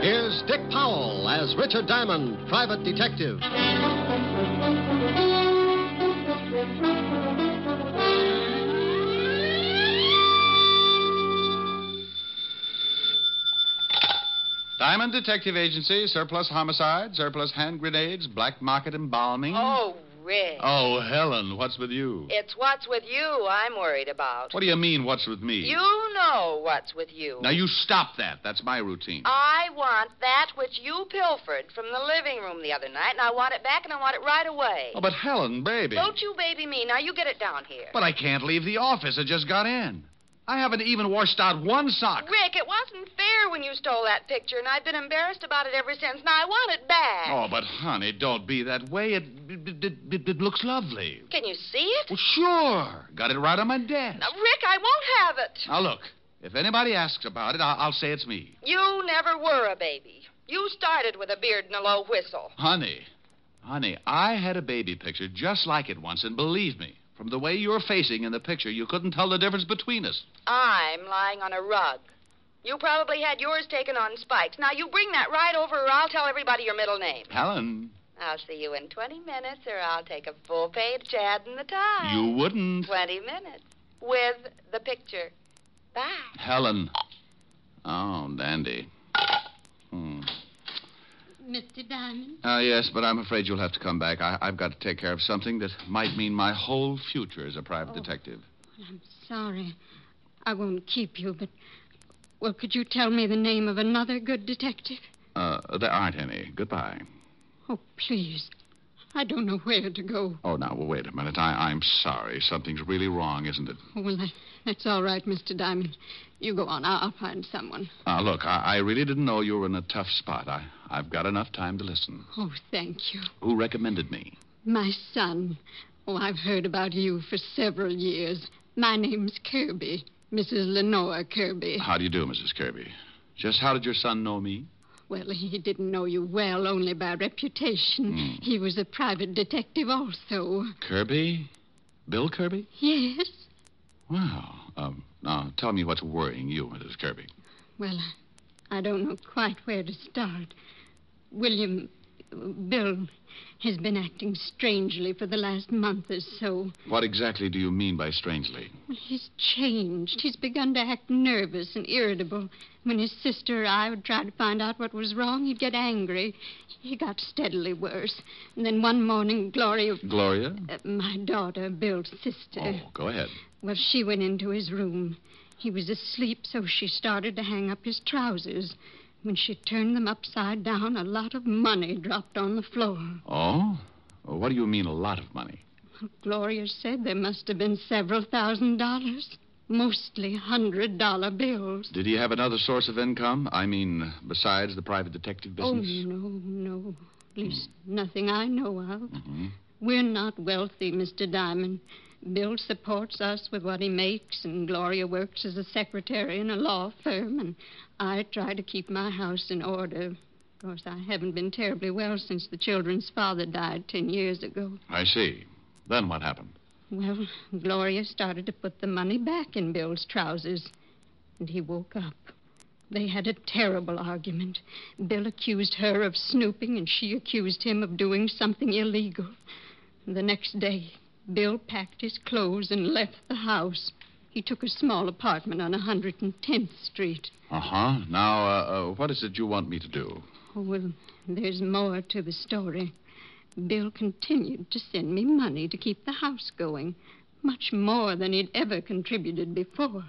B: Here's Dick Powell as Richard Diamond, private detective.
C: Diamond Detective Agency, surplus homicide, surplus hand grenades, black market embalming.
D: Oh, Rick.
C: Oh, Helen, what's with you?
D: It's what's with you I'm worried about.
C: What do you mean, what's with me?
D: You know what's with you.
C: Now, you stop that. That's my routine.
D: I want that which you pilfered from the living room the other night, and I want it back, and I want it right away.
C: Oh, but Helen, baby.
D: Don't you baby me. Now, you get it down here.
C: But I can't leave the office. I just got in. I haven't even washed out one sock.
D: Rick, it wasn't fair when you stole that picture, and I've been embarrassed about it ever since. Now, I want it back.
C: Oh, but honey, don't be that way. It it, it, it, it looks lovely.
D: Can you see it?
C: Well, sure. Got it right on my desk.
D: Now, Rick, I won't have it.
C: Now look, if anybody asks about it, I'll, I'll say it's me,
D: You never were a baby. You started with a beard and a low whistle.
C: honey. Honey, I had a baby picture just like it once, and believe me, from the way you're facing in the picture, you couldn't tell the difference between us.
D: I'm lying on a rug. You probably had yours taken on spikes. Now, you bring that right over, or I'll tell everybody your middle name.
C: Helen,
D: I'll see you in 20 minutes, or I'll take a full page ad in the time.
C: you wouldn't.
D: 20 minutes with the picture. Bye.
C: Helen. Oh, dandy. Hmm.
O: Mr. Diamond?
C: Uh, yes, but I'm afraid you'll have to come back. I, I've got to take care of something that might mean my whole future as a private detective.
O: I'm sorry. I won't keep you, but. Well, could you tell me the name of another good detective?
C: Uh, there aren't any. Goodbye.
O: Oh, please. I don't know where to go.
C: Oh, now, well, wait a minute. I, I'm sorry. Something's really wrong, isn't it?
O: Oh, well, that, that's all right, Mr. Diamond. You go on. I'll, I'll find someone.
C: Uh, look, I, I really didn't know you were in a tough spot. I, I've got enough time to listen.
O: Oh, thank you.
C: Who recommended me?
O: My son. Oh, I've heard about you for several years. My name's Kirby, Mrs. Lenora Kirby.
C: How do you do, Mrs. Kirby? Just how did your son know me?
O: Well, he didn't know you well, only by reputation. He was a private detective, also.
C: Kirby? Bill Kirby?
O: Yes.
C: Wow. Um, now, tell me what's worrying you, Mrs. Kirby.
O: Well, I don't know quite where to start. William, Bill, has been acting strangely for the last month or so.
C: What exactly do you mean by strangely?
O: He's changed. He's begun to act nervous and irritable. When his sister or I would try to find out what was wrong, he'd get angry. He got steadily worse. And then one morning, Gloria,
C: Gloria?
O: uh, my daughter, Bill's sister,
P: Oh.
C: Go ahead.
O: well, she went into his room. He was asleep, so she started to hang up his trousers. When she turned them upside down, a lot of money dropped on the floor.
C: Oh? Well, What do you mean, a lot of money?
O: Gloria said there must have been several thousand dollars, mostly hundred dollar bills.
C: Did he have another source of income? I mean, besides the private detective
O: Oh,
C: business?
O: no, no. At least nothing I know of.
C: Mhm.
O: We're not wealthy, Mr. Diamond. Bill supports us with what he makes, and Gloria works as a secretary in a law firm, and I try to keep my house in order. Of course, I haven't been terribly well since the children's father died ten years ago.
C: I see. Then what happened?
O: Well, Gloria started to put the money back in Bill's trousers, and he woke up. They had a terrible argument. Bill accused her of snooping, and she accused him of doing something illegal. The next day, Bill packed his clothes and left the house. He took a small apartment on 110th Street.
C: Uh huh. Now, uh, uh, what is it you want me to do?
O: Oh, well, there's more to the story. Bill continued to send me money to keep the house going, much more than he'd ever contributed before.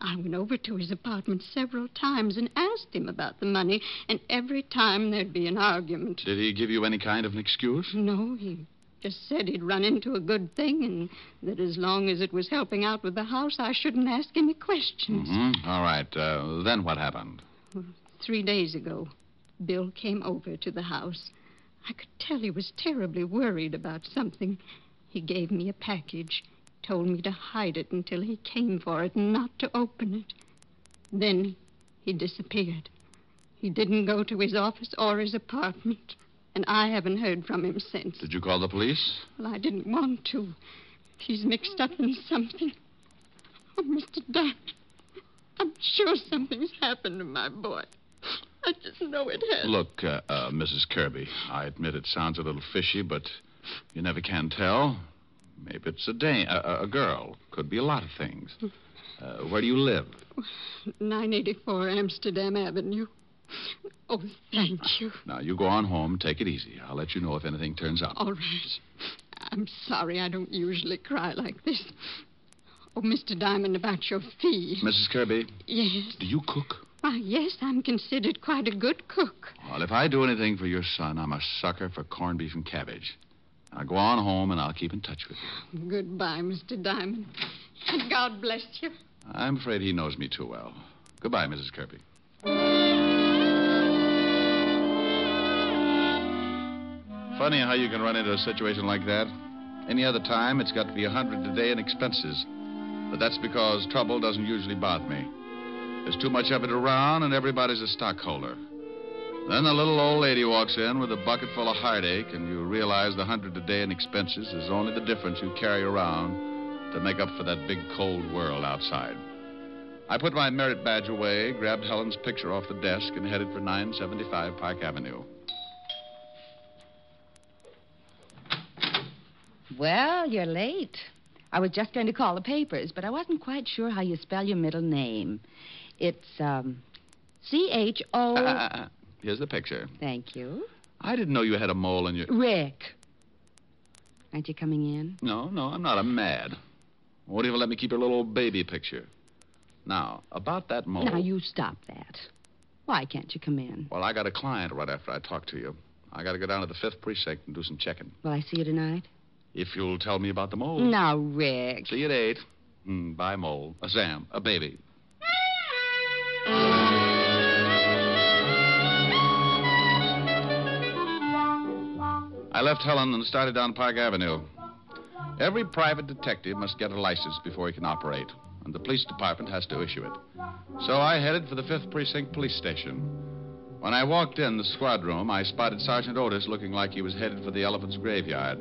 O: I went over to his apartment several times and asked him about the money, and every time there'd be an argument.
C: Did he give you any kind of an excuse?
O: No, he just said he'd run into a good thing, and that as long as it was helping out with the house, I shouldn't ask any questions.
C: Mhm. All right. Uh, then what happened?
O: Three days ago, Bill came over to the house. I could tell he was terribly worried about something. He gave me a package, told me to hide it until he came for it and not to open it. Then he disappeared. He didn't go to his office or his apartment, and I haven't heard from him since.
C: Did you call the police?
O: Well, I didn't want to. He's mixed up in something. Oh, Mr. Dunn, I'm sure something's happened to my boy. I just know it has.
C: Look, uh, uh, Mrs. Kirby, I admit it sounds a little fishy, but you never can tell. Maybe it's a, da- a, a- a girl. Could be a lot of things. Uh, where do you live?
O: 984 Amsterdam Avenue. Oh, thank you.
C: Now, you go on home. Take it easy. I'll let you know if anything turns up.
O: All right. I'm sorry I don't usually cry like this. Oh, Mr. Diamond, about your fee.
C: Mrs. Kirby,
O: Yes.
C: do you cook?
O: Why, yes, I'm considered quite a good cook.
C: Well, if I do anything for your son, I'm a sucker for corned beef and cabbage. Now, go on home, and I'll keep in touch with you.
O: Goodbye, Mr. Diamond. And God bless you.
C: I'm afraid he knows me too well. Goodbye, Mrs. Kirby. Funny how you can run into a situation like that. Any other time, it's got to be a hundred a day in expenses. But that's because trouble doesn't usually bother me. There's too much of it around, and everybody's a stockholder. Then the little old lady walks in with a bucket full of heartache, and you realize the hundred a day in expenses is only the difference you carry around to make up for that big cold world outside. I put my merit badge away, grabbed Helen's picture off the desk, and headed for 975 Park Avenue.
Q: Well, you're late. I was just going to call the papers, but I wasn't quite sure how you spell your middle name. It's um, C H O.
C: Ah, here's the picture.
Q: Thank you,
C: I didn't know you had a mole in your.
Q: Rick. Aren't you coming in?
C: No, no, I'm not. I'm mad. Won't even let me keep your little old baby picture. Now, about that mole.
Q: Now you stop that. Why can't you come in?
C: Well, I got a client right after I talked to you. I got to go down to the fifth precinct and do some checking.
Q: Will I see you tonight?
C: If you'll tell me about the mole.
Q: Now, Rick.
C: See you at eight. Mm, bye, mole. A Sam. A baby. I left Helen and started down Park Avenue. Every private detective must get a license before he can operate, and the police department has to issue it. So I headed for the 5th Precinct Police Station. When I walked in the squad room, I spotted Sergeant Otis looking like he was headed for the elephant's graveyard.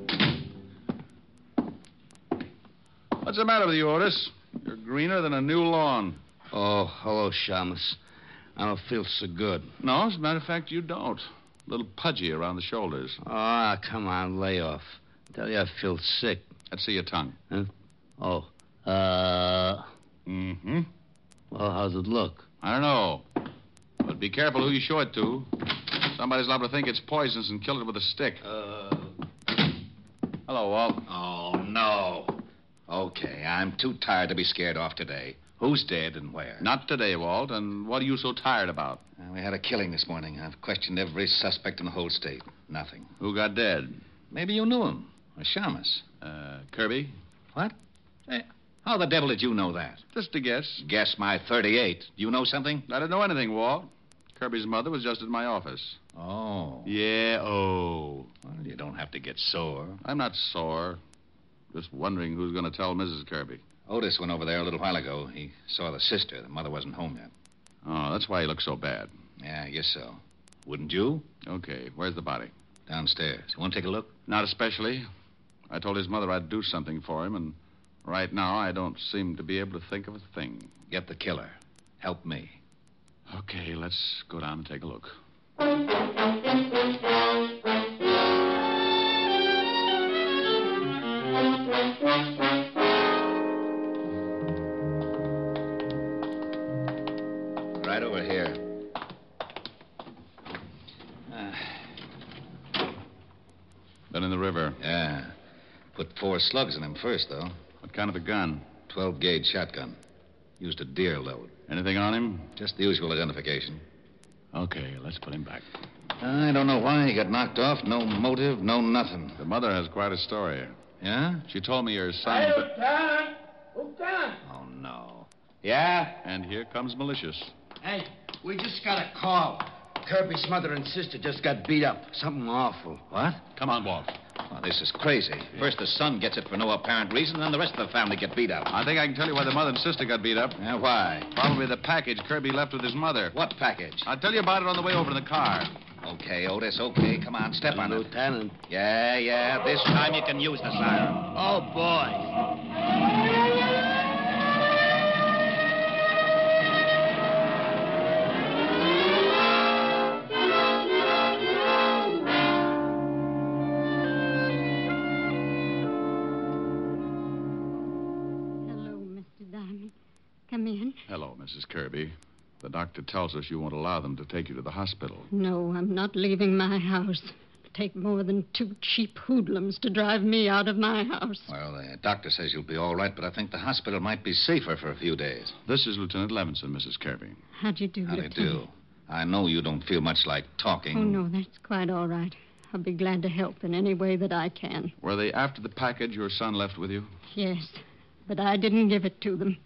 C: What's the matter with you, Otis? You're greener than a new lawn.
J: Oh, hello, Shamus. I don't feel so good.
C: No, as a matter of fact, you don't. A little pudgy around the shoulders.
J: Ah, come on, lay off. tell you I feel sick.
C: Let's see your tongue.
J: Huh? Oh. Uh.
C: Mm-hmm.
J: Well, how's it look?
C: I don't know. But be careful who you show it to. Somebody's liable to think it's poisonous and kill it with a stick. Uh... Hello, Walt.
I: Oh, no. Okay, I'm too tired to be scared off today. Who's dead and where?
C: Not today, Walt. And what are you so tired about?
I: Uh, we had a killing this morning. I've questioned every suspect in the whole state. Nothing.
C: Who got dead?
I: Maybe you knew him. Or Shamus.
C: Uh, Kirby?
I: What? Hey, how the devil did you know that?
C: Just a guess.
I: Guess my 38. Do you know something?
C: I didn't know anything, Walt. Kirby's mother was just at my office.
I: Oh.
C: Yeah, oh.
I: Well, you don't have to get sore.
C: I'm not sore. Just wondering who's going to tell Mrs. Kirby.
I: Otis went over there a little while ago. He saw the sister. The mother wasn't home yet.
C: Oh, that's why he looks so bad.
I: Yeah, I guess so. Wouldn't you?
C: Okay, where's the body?
I: Downstairs. Want to take a look?
C: Not especially. I told his mother I'd do something for him, and right now I don't seem to be able to think of a thing.
I: Get the killer. Help me.
C: Okay, let's go down and take a look.
I: Right over here. Ah,
C: Been in the river.
I: yeah. Put four slugs in him first, though.
C: What kind of a gun?
I: 12 gauge shotgun. Used a deer load.
C: Anything on him?
I: Just the usual identification.
C: Okay, let's put him back.
I: I don't know why he got knocked off. No motive, no nothing.
C: The mother has quite a story.
I: Yeah?
C: She told me her son.
H: Lieutenant! Lieutenant!
I: Oh, no. Yeah?
C: And here comes malicious.
J: Hey, we just got a call. Kirby's mother and sister just got beat up. Something awful.
I: What?
C: Come on, Walt.
I: Well, this is crazy. First the son gets it for no apparent reason, then the rest of the family get beat up.
C: I think I can tell you why the mother and sister got beat up.
I: Yeah, why?
C: Probably the package Kirby left with his mother.
I: What package?
C: I'll tell you about it on the way over in the car.
I: Okay, Otis, okay. Come on, step on it.
J: Lieutenant.
I: Yeah, yeah. This time you can use the siren.
J: Oh, boy.
O: Hello, Mr. Diamond. Come in.
C: Hello, Mrs. Kirby. The doctor tells us you won't allow them to take you to the hospital.
O: No, I'm not leaving my house. It'll take more than two cheap hoodlums to drive me out of my house.
I: Well, the doctor says you'll be all right, but I think the hospital might be safer for a few days.
C: This is Lieutenant Levinson, Mrs. Kirby.
O: How'd you do,
I: How do you
O: Lieutenant?
I: do? I know you don't feel much like talking.
O: Oh, no, that's quite all right. I'll be glad to help in any way that I can.
C: Were they after the package your son left with you?
O: Yes, but I didn't give it to them.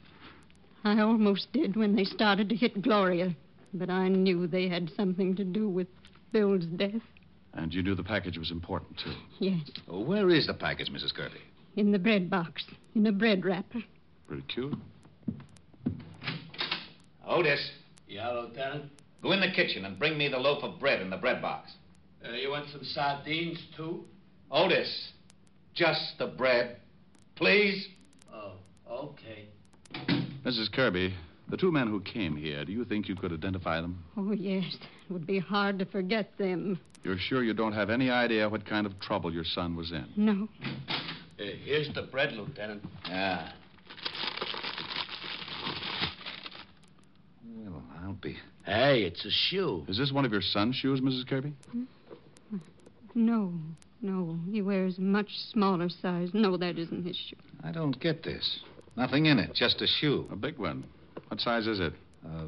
O: I almost did when they started to hit Gloria, but I knew they had something to do with Bill's death.
C: And you knew the package was important, too.
O: Yes,
I: Oh, where is the package, Mrs. Kirby?
O: in the bread box, in a bread wrapper.
C: Pretty cute.
I: Otis,
J: Yeah, Lieutenant?
I: go in the kitchen and bring me the loaf of bread in the bread box.
J: Uh, you want some sardines, too?
I: Otis, just the bread, please.
J: Oh, okay.
C: Mrs. Kirby, the two men who came here, do you think you could identify them?
O: Oh, yes, it would be hard to forget them.
C: You're sure you don't have any idea what kind of trouble your son was in?
O: No,
J: Uh, here's the bread, Lieutenant.
I: Yeah. Well, I'll be.
J: Hey, it's a shoe.
C: Is this one of your son's shoes, Mrs. Kirby?
O: no, no. He wears a much smaller size. No, that isn't his shoe.
I: I don't get this. Nothing in it, just a shoe.
C: A big one. What size is it?
I: Uh,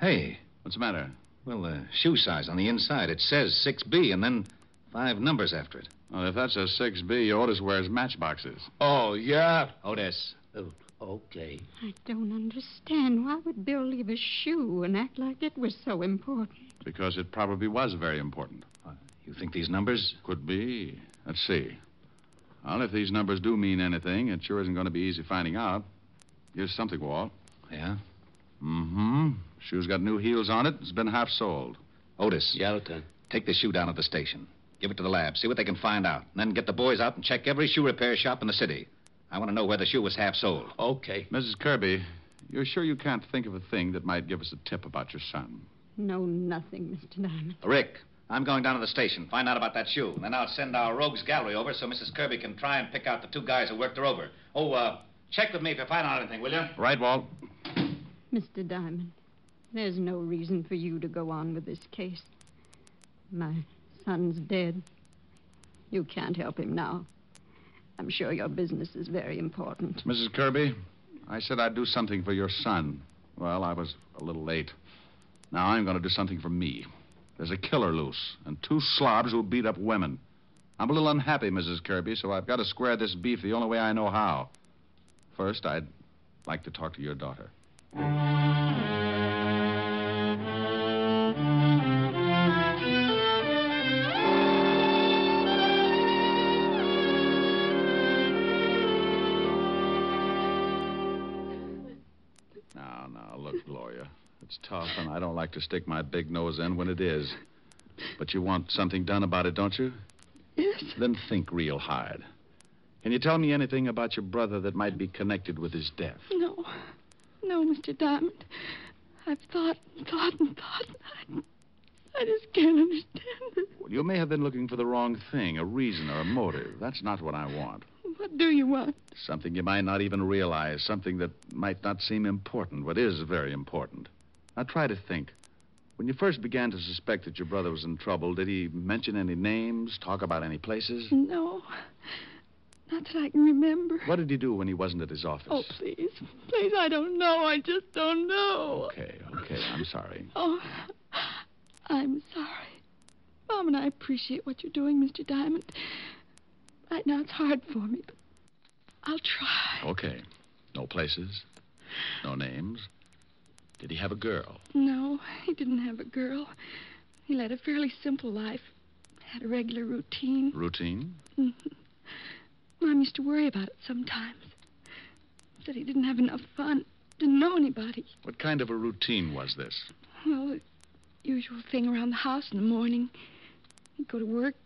I: hey,
C: What's the matter?
I: Well, the shoe size on the inside, it says 6B and then five numbers after it.
C: Well, if that's a 6B, Otis wears matchboxes.
I: Oh, yeah. Otis. Oh,
J: okay.
O: I don't understand. Why would Bill leave a shoe and act like it was so important?
C: Because it probably was very important.
I: Uh, You think these numbers?
C: Could be. Let's see. Well, if these numbers do mean anything, it sure isn't going to be easy finding out. Here's something, Walt.
I: Yeah?
C: Mm-hmm. Shoe's got new heels on it. It's been half soled.
I: Otis. Yeah, Lieutenant. Take the shoe down to the station. Give it to the lab. See what they can find out. And then get the boys out and check every shoe repair shop in the city. I want to know where the shoe was half sold.
J: Okay.
C: Mrs. Kirby, you're sure you can't think of a thing that might give us a tip about your son?
O: No, nothing, Mr. Diamond.
I: Rick, I'm going down to the station, find out about that shoe, and then I'll send our rogues gallery over so Mrs. Kirby can try and pick out the two guys who worked her over. Oh, uh, check with me if you find out anything, will you?
C: Right, Walt.
O: Mr. Diamond, there's no reason for you to go on with this case. My son's dead. You can't help him now. I'm sure your business is very important.
C: Mrs. Kirby, I said I'd do something for your son. Well, I was a little late. Now I'm going to do something for me. There's a killer loose, and two slobs who beat up women. I'm a little unhappy, Mrs. Kirby, so I've got to square this beef the only way I know how. First, I'd like to talk to your daughter. Now, now, look, Gloria. It's tough, and I don't like to stick my big nose in when it is. But you want something done about it, don't you?
O: Yes.
C: Then think real hard. Can you tell me anything about your brother that might be connected with his death?
O: No. No, Mr. Diamond. I've thought and thought and thought. and I, I just can't understand it.
C: Well, you may have been looking for the wrong thing, a reason or a motive. That's not what I want.
O: What do you want?
C: Something you might not even realize, something that might not seem important, but is very important. Now try to think. When you first began to suspect that your brother was in trouble, did he mention any names, talk about any places?
O: No. Not that I can remember.
C: What did he do when he wasn't at his office?
O: Oh, please. Please, I don't know. I just don't know.
C: Okay, okay, I'm sorry.
O: Oh, I'm sorry. Mom and I appreciate what you're doing, Mr. Diamond. Right now it's hard for me, but I'll try.
C: Okay. No places, no names. Did he have a girl?
O: No, he didn't have a girl. He led a fairly simple life, had a regular routine.
C: Routine?
O: Mhm. Mom used to worry about it sometimes. Said he didn't have enough fun, didn't know anybody.
C: What kind of a routine was this?
O: Well, the usual thing around the house in the morning. He'd go to work.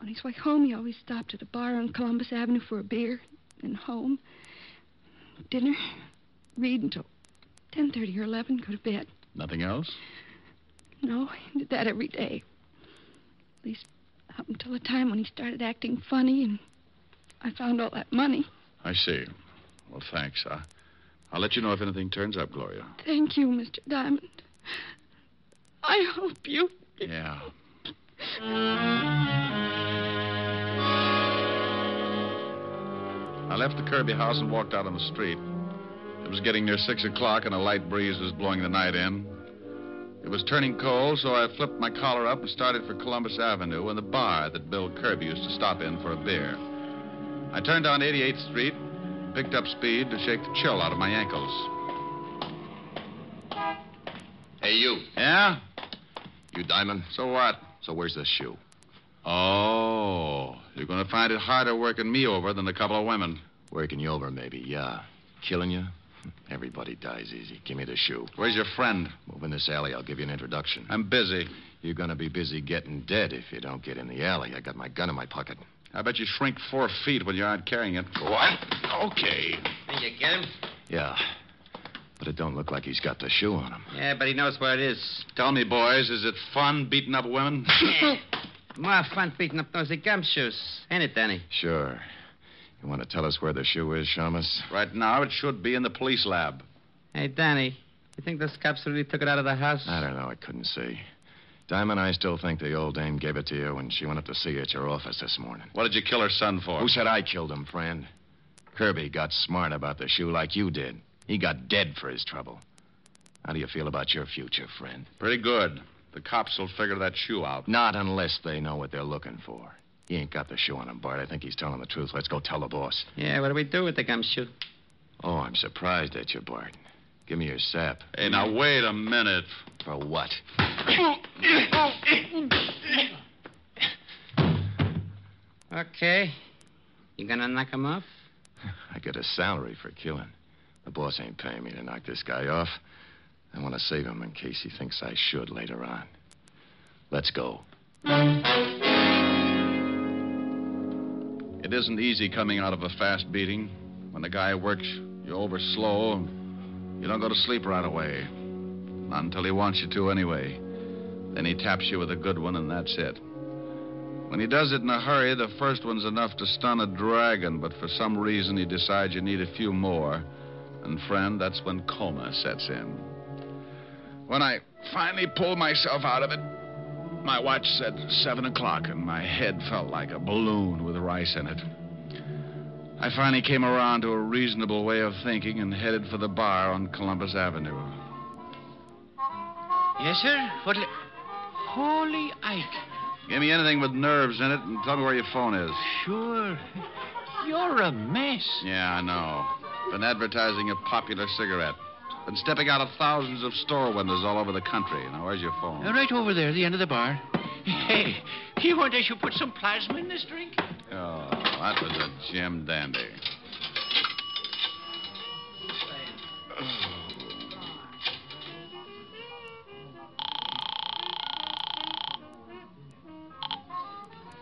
O: On his way home, he always stopped at a bar on Columbus Avenue for a beer, then home. Dinner, read until 10.30 or 11, go to bed.
C: Nothing else?
O: No, he did that every day. At least up until the time when he started acting funny and I found all that money.
C: I see. Well, thanks. I, I'll let you know if anything turns up, Gloria.
O: Thank you, Mr. Diamond. I hope you.
C: Yeah. I left the Kirby house and walked out on the street. It was getting near six o'clock, and a light breeze was blowing the night in. It was turning cold, so I flipped my collar up and started for Columbus Avenue and the bar that Bill Kirby used to stop in for a beer. I turned down 88th Street, picked up speed to shake the chill out of my ankles.
R: Hey, you.
C: Yeah?
R: You, Diamond?
C: So what?
R: So where's this shoe?
C: Oh, you're going to find it harder working me over than a couple of women.
R: Working you over, maybe, yeah. Killing you? Everybody dies easy. Give me the shoe.
C: Where's your friend?
R: Move in this alley. I'll give you an introduction.
C: I'm busy.
R: You're going to be busy getting dead if you don't get in the alley. I got my gun in my pocket.
C: I bet you shrink four feet when you aren't carrying it.
R: What? Okay.
H: Did you get him?
R: Yeah. But it don't look like he's got the shoe on him.
H: Yeah, but he knows where it is.
C: Tell me, boys, is it fun beating up women?
H: More fun beating up those gumshoes, ain't it, Danny?
R: Sure. You want to tell us where the shoe is, Shamus?
C: right now, it should be in the police lab.
H: Hey, Danny, you think those cops really took it out of the house?
R: I don't know. I couldn't see. Diamond, I still think the old dame gave it to you when she went up to see you at your office this morning.
C: What did you kill her son for?
R: Who said I killed him, friend? Kirby got smart about the shoe like you did. He got dead for his trouble. How do you feel about your future, friend?
C: Pretty good. The cops will figure that shoe out.
R: Not unless they know what they're looking for. He ain't got the shoe on him, Bart. I think he's telling the truth. Let's go tell the boss.
S: Yeah, what do we do with the gumshoe?
R: Oh, I'm surprised at you, Bart. Give me your sap.
C: Hey, now wait a minute.
R: For what?
S: Okay. You gonna knock him off?
R: I get a salary for killing. The boss ain't paying me to knock this guy off. I want to save him in case he thinks I should later on. Let's go.
C: It isn't easy coming out of a fast beating. When the guy works you over slow, you don't go to sleep right away. Not until he wants you to, anyway. Then he taps you with a good one, and that's it. When he does it in a hurry, the first one's enough to stun a dragon, but for some reason he decides you need a few more. And, friend, that's when coma sets in. When I finally pulled myself out of it, my watch said seven o'clock, and my head felt like a balloon with rice in it. I finally came around to a reasonable way of thinking and headed for the bar on Columbus Avenue.
S: Yes, sir. What? li- Holy Ike.
C: Give me anything with nerves in it and tell me where your phone is.
S: Sure. You're a mess.
C: Yeah, I know. Been advertising a popular cigarette. Been stepping out of thousands of store windows all over the country. Now, where's your phone?
S: Uh, Right over there, the end of the bar. Hey, you want I should put some plasma in this drink?
C: Oh, that was a Jim Dandy.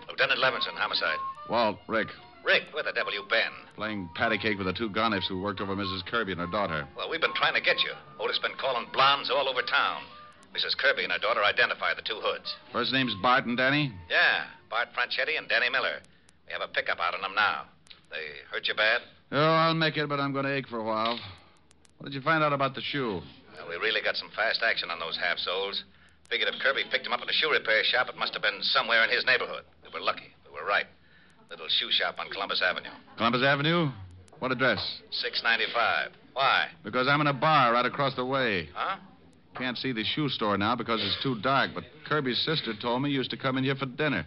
I: Lieutenant Levinson, homicide.
C: Walt, Rick,
I: Rick, where the devil you been?
C: playing patty cake with the two gonifs who worked over Mrs. Kirby and her daughter.
I: Well, we've been trying to get you. Otis been calling blondes all over town. Mrs. Kirby and her daughter identify the two hoods.
C: First name's Bart and Danny.
I: Yeah, Bart Franchetti and Danny Miller. We have a pickup out on them now. They hurt you bad?
C: Oh, I'll make it, but I'm going to ache for a while. What did you find out about the shoe?
I: Well, we really got some fast action on those half soles. Figured if Kirby picked him up at a shoe repair shop, it must have been somewhere in his neighborhood. We were lucky. We were right. Little shoe shop on Columbus Avenue,
C: Columbus Avenue? What address?
I: 695. Why?
C: Because I'm in a bar right across the way.
I: Huh?
C: Can't see the shoe store now because it's too dark, but Kirby's sister told me he used to come in here for dinner.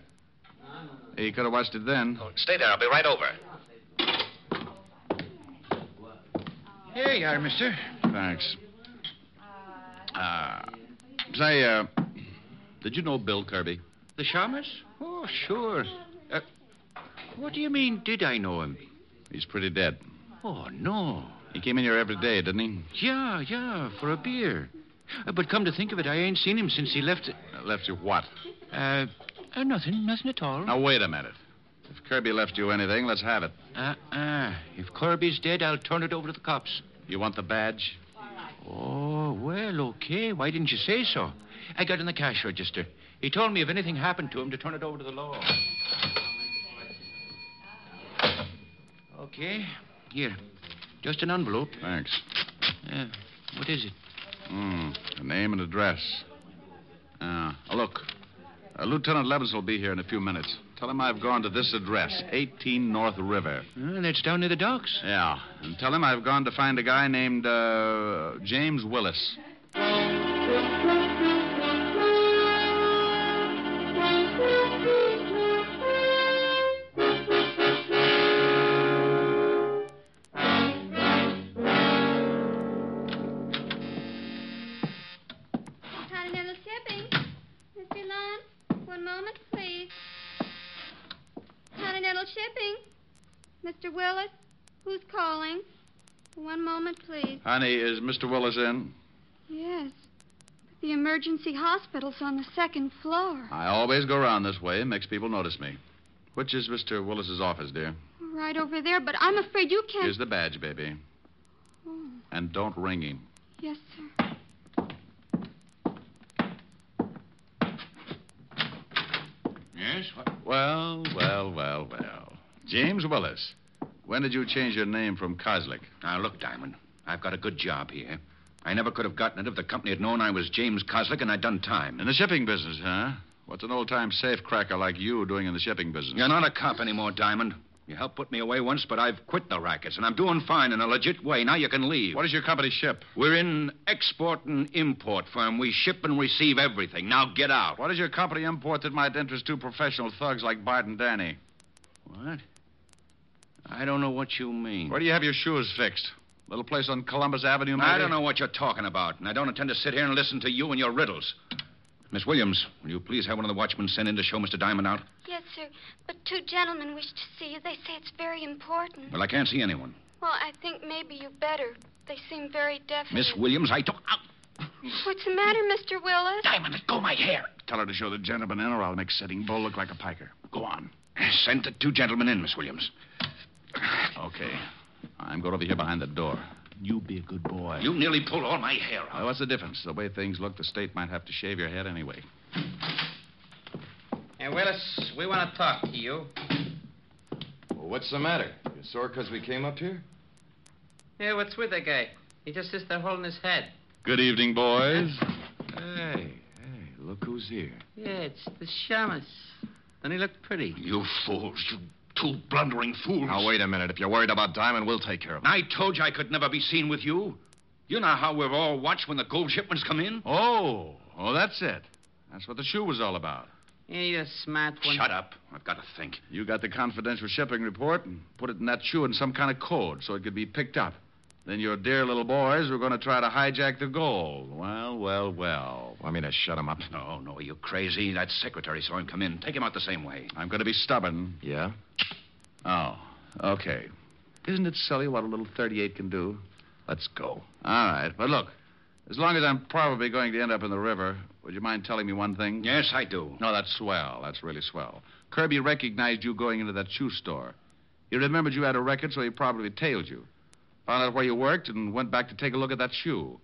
C: He could have watched it then.
I: Stay there. I'll be right over.
S: Here you are, mister.
C: Thanks. Uh, say, uh, did you know Bill Kirby?
S: The Shamus? Oh, sure. Uh, what do you mean, did I know him?
C: He's pretty dead.
S: Oh, no.
C: He came in here every day, didn't he?
S: Yeah, yeah, for a beer. Uh, but come to think of it, I ain't seen him since he left.
C: Uh, left you what?
S: Uh, uh nothing, nothing at all.
C: Now, wait a minute. If Kirby left you anything, let's have it.
S: Uh uh. If Kirby's dead, I'll turn it over to the cops.
C: You want the badge?
S: Oh, well, okay. Why didn't you say so? I got in the cash register. He told me if anything happened to him to turn it over to the law. Okay. Here. Just an envelope.
C: Thanks.
S: Uh, what is it?
C: Hmm. A name and address. Uh, look. Uh, Lieutenant Levinson will be here in a few minutes. Tell him I've gone to this address, 18 North River.
S: Well, it's down near the docks.
C: Yeah. And tell him I've gone to find a guy named uh, James Willis.
O: Continental Shipping. Mr. Lund, one moment, please. Continental Shipping. Mr. Willis, who's calling? One moment, please.
C: Honey, is Mr. Willis in?
O: Yes. The emergency hospital's on the second floor,
C: I always go around this way. Makes people notice me. Which is Mr. Willis's office, dear?
O: right over there, but I'm afraid you can't.
C: Here's the badge, baby.
O: Oh,
C: And don't ring him.
O: yes, sir.
C: Yes? Well, well, well, well. James Willis. When did you change your name from Coslick?
S: Now, look, Diamond, I've got a good job here. I never could have gotten it if the company had known I was James Coslick and I'd done time.
C: In the shipping business, huh? What's an old time safe cracker like you doing in the shipping business?
S: You're not a cop anymore, Diamond. You helped put me away once, but I've quit the rackets, and I'm doing fine in a legit way. Now you can leave. What does your company ship? We're in export and import firm. We ship and receive everything. Now get out.
C: What is your company import that might interest two professional thugs like Bart and Danny?
S: What? I don't know what you mean.
C: Where do you have your shoes fixed? Little place on Columbus Avenue, maybe?
S: I don't know what you're talking about, and I don't intend to sit here and listen to you and your riddles. Miss Williams, will you please have one of the watchmen sent in to show Mr. Diamond out?
O: Yes, sir. But two gentlemen wish to see you. They say it's very important.
S: Well, I can't see anyone.
O: Well, I think maybe you better. They seem very definite.
S: Miss Williams, I don't.
O: What's the matter, Mr. Willis?
S: Diamond, let go my hair.
C: Tell her to show the gentleman in, or I'll make Sitting Bull look like a piker. Go on.
S: Send the two gentlemen in, Miss Williams.
C: Okay. I'm going over here behind the door. You be a good boy.
S: You nearly pulled all my hair out.
C: Now, what's the difference? The way things look, the state might have to shave your head anyway.
K: Hey, Willis, we want to talk to you.
I: Well, what's the matter? You sore because we came up here?
K: Yeah, what's with the guy? He just sits there holding his head.
C: Good evening, boys.
I: Hey, hey, look who's here.
K: Yeah, it's the shamus. And he looked pretty.
S: You fools, you two blundering fools.
I: Now, wait a minute. If you're worried about Diamond, we'll take care of him.
S: I told you I could never be seen with you. You know how we're all watched when the gold shipments come in?
C: Oh, oh, that's it. That's what the shoe was all about.
K: Yeah, you're a smart one.
S: Shut up. I've got to think.
C: You got the confidential shipping report and put it in that shoe in some kind of code so it could be picked up. Then your dear little boys were going to try to hijack the gold. Well, well, well.
I: Want me to shut him up?
S: No, no, you crazy. That secretary saw him come in. Take him out the same way.
C: I'm going to be stubborn.
I: Yeah?
C: Oh, okay. Isn't it silly what a little 38 can do?
I: Let's go.
C: All right, but look, as long as I'm probably going to end up in the river, would you mind telling me one thing?
S: Yes, I do.
C: No, that's swell. That's really swell. Kirby recognized you going into that shoe store. He remembered you had a record, so he probably tailed you. Found out where you worked and went back to take a look at that shoe.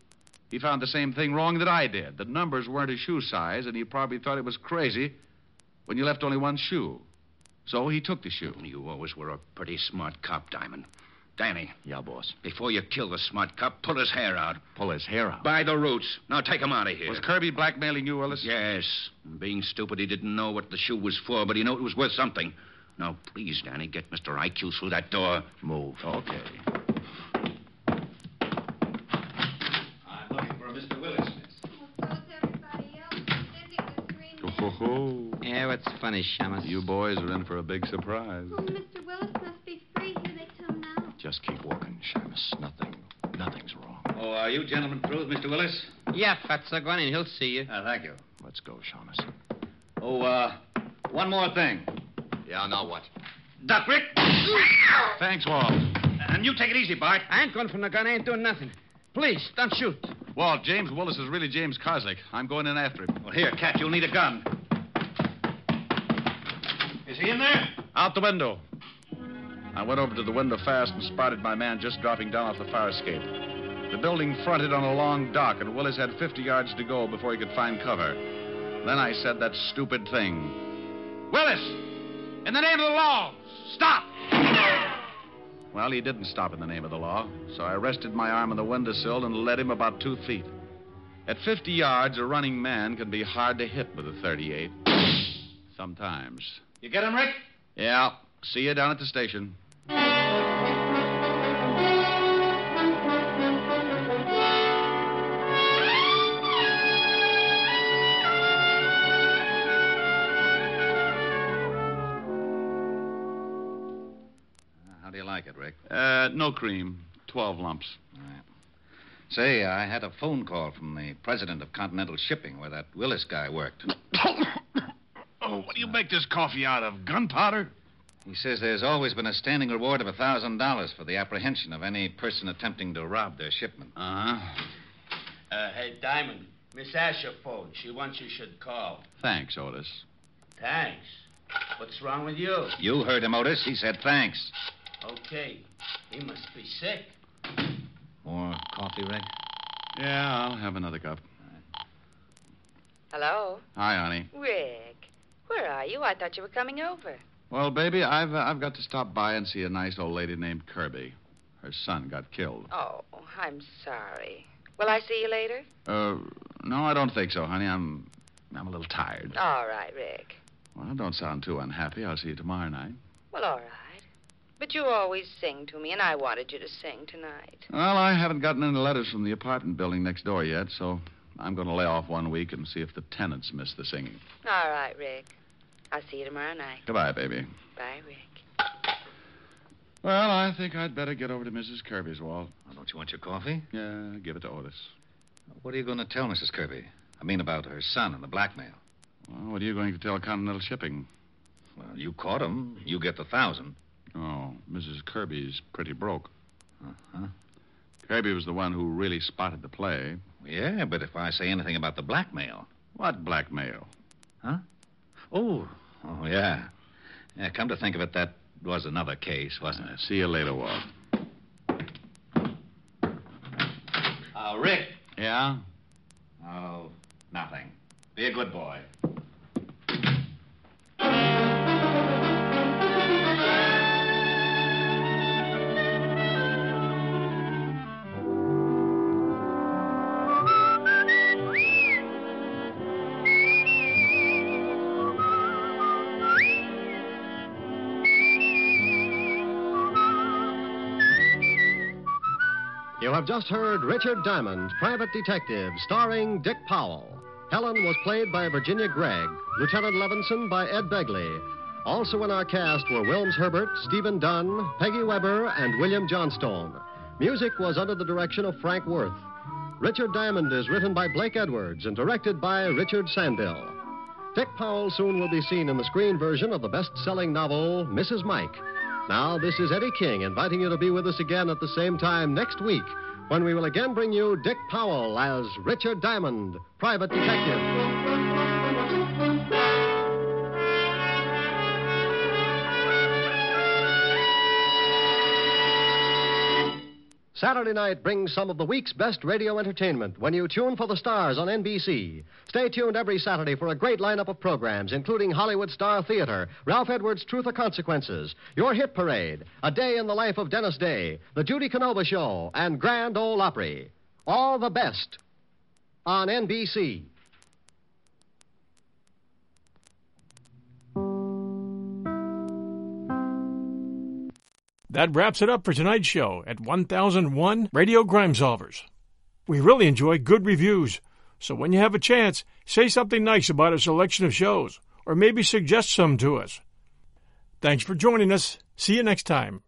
C: He found the same thing wrong that I did. The numbers weren't his shoe size, and he probably thought it was crazy when you left only one shoe. So he took the shoe.
S: You always were a pretty smart cop, Diamond. Danny.
I: Yeah, boss.
S: Before you kill the smart cop, pull his hair out.
I: Pull his hair out.
S: By the roots. Now take him out of here.
C: Was Kirby blackmailing you, Willis?
S: Yes. Being stupid, he didn't know what the shoe was for, but he knew it was worth something. Now, please, Danny, get Mr. IQ through that door.
I: Move.
S: Okay. I'm looking for Mr. Willis,
I: Ho, ho.
K: Yeah, what's funny, shamus?
C: Oh, You boys are in for a big surprise.
O: Oh, Mr. Willis must be free. Here they come now.
I: Just keep walking, Shamus. Nothing, nothing's wrong.
S: Oh, are you gentlemen through with Mr. Willis?
K: Yeah, Fatso, go on in. He'll see you.
S: Uh, thank you.
I: Let's go, Shamus.
S: Oh, uh, one more thing.
I: Yeah, now what?
S: Duck, Rick.
C: Thanks, Walt.
S: And you take it easy, Bart.
K: I ain't going for no gun. I ain't doing nothing. Please, don't shoot.
C: Walt, James Willis is really James Koslick. I'm going in after him.
S: Well, here, Cat, you'll need a gun. Is he in there?
C: Out the window. I went over to the window fast and spotted my man just dropping down off the fire escape. The building fronted on a long dock, and Willis had 50 yards to go before he could find cover. Then I said that stupid thing Willis! In the name of the law, stop! Well, he didn't stop in the name of the law, so I rested my arm on the windowsill and led him about two feet. At 50 yards, a running man can be hard to hit with a 38. Sometimes.
S: You get him, Rick?
C: Yeah. See you down at the station.
S: How do you like it, Rick?
C: Uh, no cream. Twelve lumps.
S: All right. Say, I had a phone call from the president of Continental Shipping where that Willis guy worked.
C: Oh, what do you make this coffee out of? Gunpowder?
S: He says there's always been a standing reward of $1,000 for the apprehension of any person attempting to rob their shipment.
C: Uh-huh.
K: Uh, hey, Diamond. Miss Asher phone. She wants you should call.
C: Thanks, Otis.
K: Thanks. What's wrong with you?
S: You heard him, Otis. He said thanks.
K: Okay. He must be sick.
S: More coffee, Rick?
C: Yeah, I'll have another cup.
D: Hello?
C: Hi, honey.
D: Rick, where are you? I thought you were coming over.
C: Well, baby, I've uh, I've got to stop by and see a nice old lady named Kirby. Her son got killed.
D: Oh, I'm sorry. Will I see you later?
C: Uh, no, I don't think so, honey. I'm I'm a little tired.
D: All right, Rick.
C: Well, don't sound too unhappy. I'll see you tomorrow night.
D: Well, all right. But you always sing to me, and I wanted you to sing tonight.
C: Well, I haven't gotten any letters from the apartment building next door yet, so I'm going to lay off one week and see if the tenants miss the singing.
D: All right, Rick. I'll see you tomorrow night.
C: Goodbye, baby.
D: Bye, Rick.
C: Well, I think I'd better get over to Mrs. Kirby's, Walt.
I: Oh, don't you want your coffee?
C: Yeah, give it to Otis.
I: What are you going to tell Mrs. Kirby? I mean, about her son and the blackmail.
C: Well, what are you going to tell Continental Shipping?
I: Well, you caught him. You get the thousand.
C: Oh, Mrs. Kirby's pretty broke.
I: Uh-huh.
C: Kirby was the one who really spotted the play.
I: Yeah, but if I say anything about the blackmail.
C: What blackmail?
I: Oh, oh yeah. Yeah, come to think of it, that was another case, wasn't it?
C: See you later, Walt.
I: Uh, Rick.
C: Yeah?
I: Oh, nothing. Be a good boy.
B: You have just heard Richard Diamond, Private Detective, starring Dick Powell. Helen was played by Virginia Gregg, Lieutenant Levinson by Ed Begley. Also in our cast were Wilms Herbert, Stephen Dunn, Peggy Weber, and William Johnstone. Music was under the direction of Frank Worth. Richard Diamond is written by Blake Edwards and directed by Richard Sandville. Dick Powell soon will be seen in the screen version of the best selling novel, Mrs. Mike. Now, this is Eddie King inviting you to be with us again at the same time next week when we will again bring you Dick Powell as Richard Diamond, private detective. Saturday night brings some of the week's best radio entertainment when you tune for the stars on NBC. Stay tuned every Saturday for a great lineup of programs, including Hollywood Star Theater, Ralph Edwards' Truth or Consequences, Your Hit Parade, A Day in the Life of Dennis Day, The Judy Canova Show, and Grand Ole Opry. All the best on NBC.
A: That wraps it up for tonight's show at 1001 Radio Crime Solvers. We really enjoy good reviews, so when you have a chance, say something nice about a selection of shows, or maybe suggest some to us. Thanks for joining us. See you next time.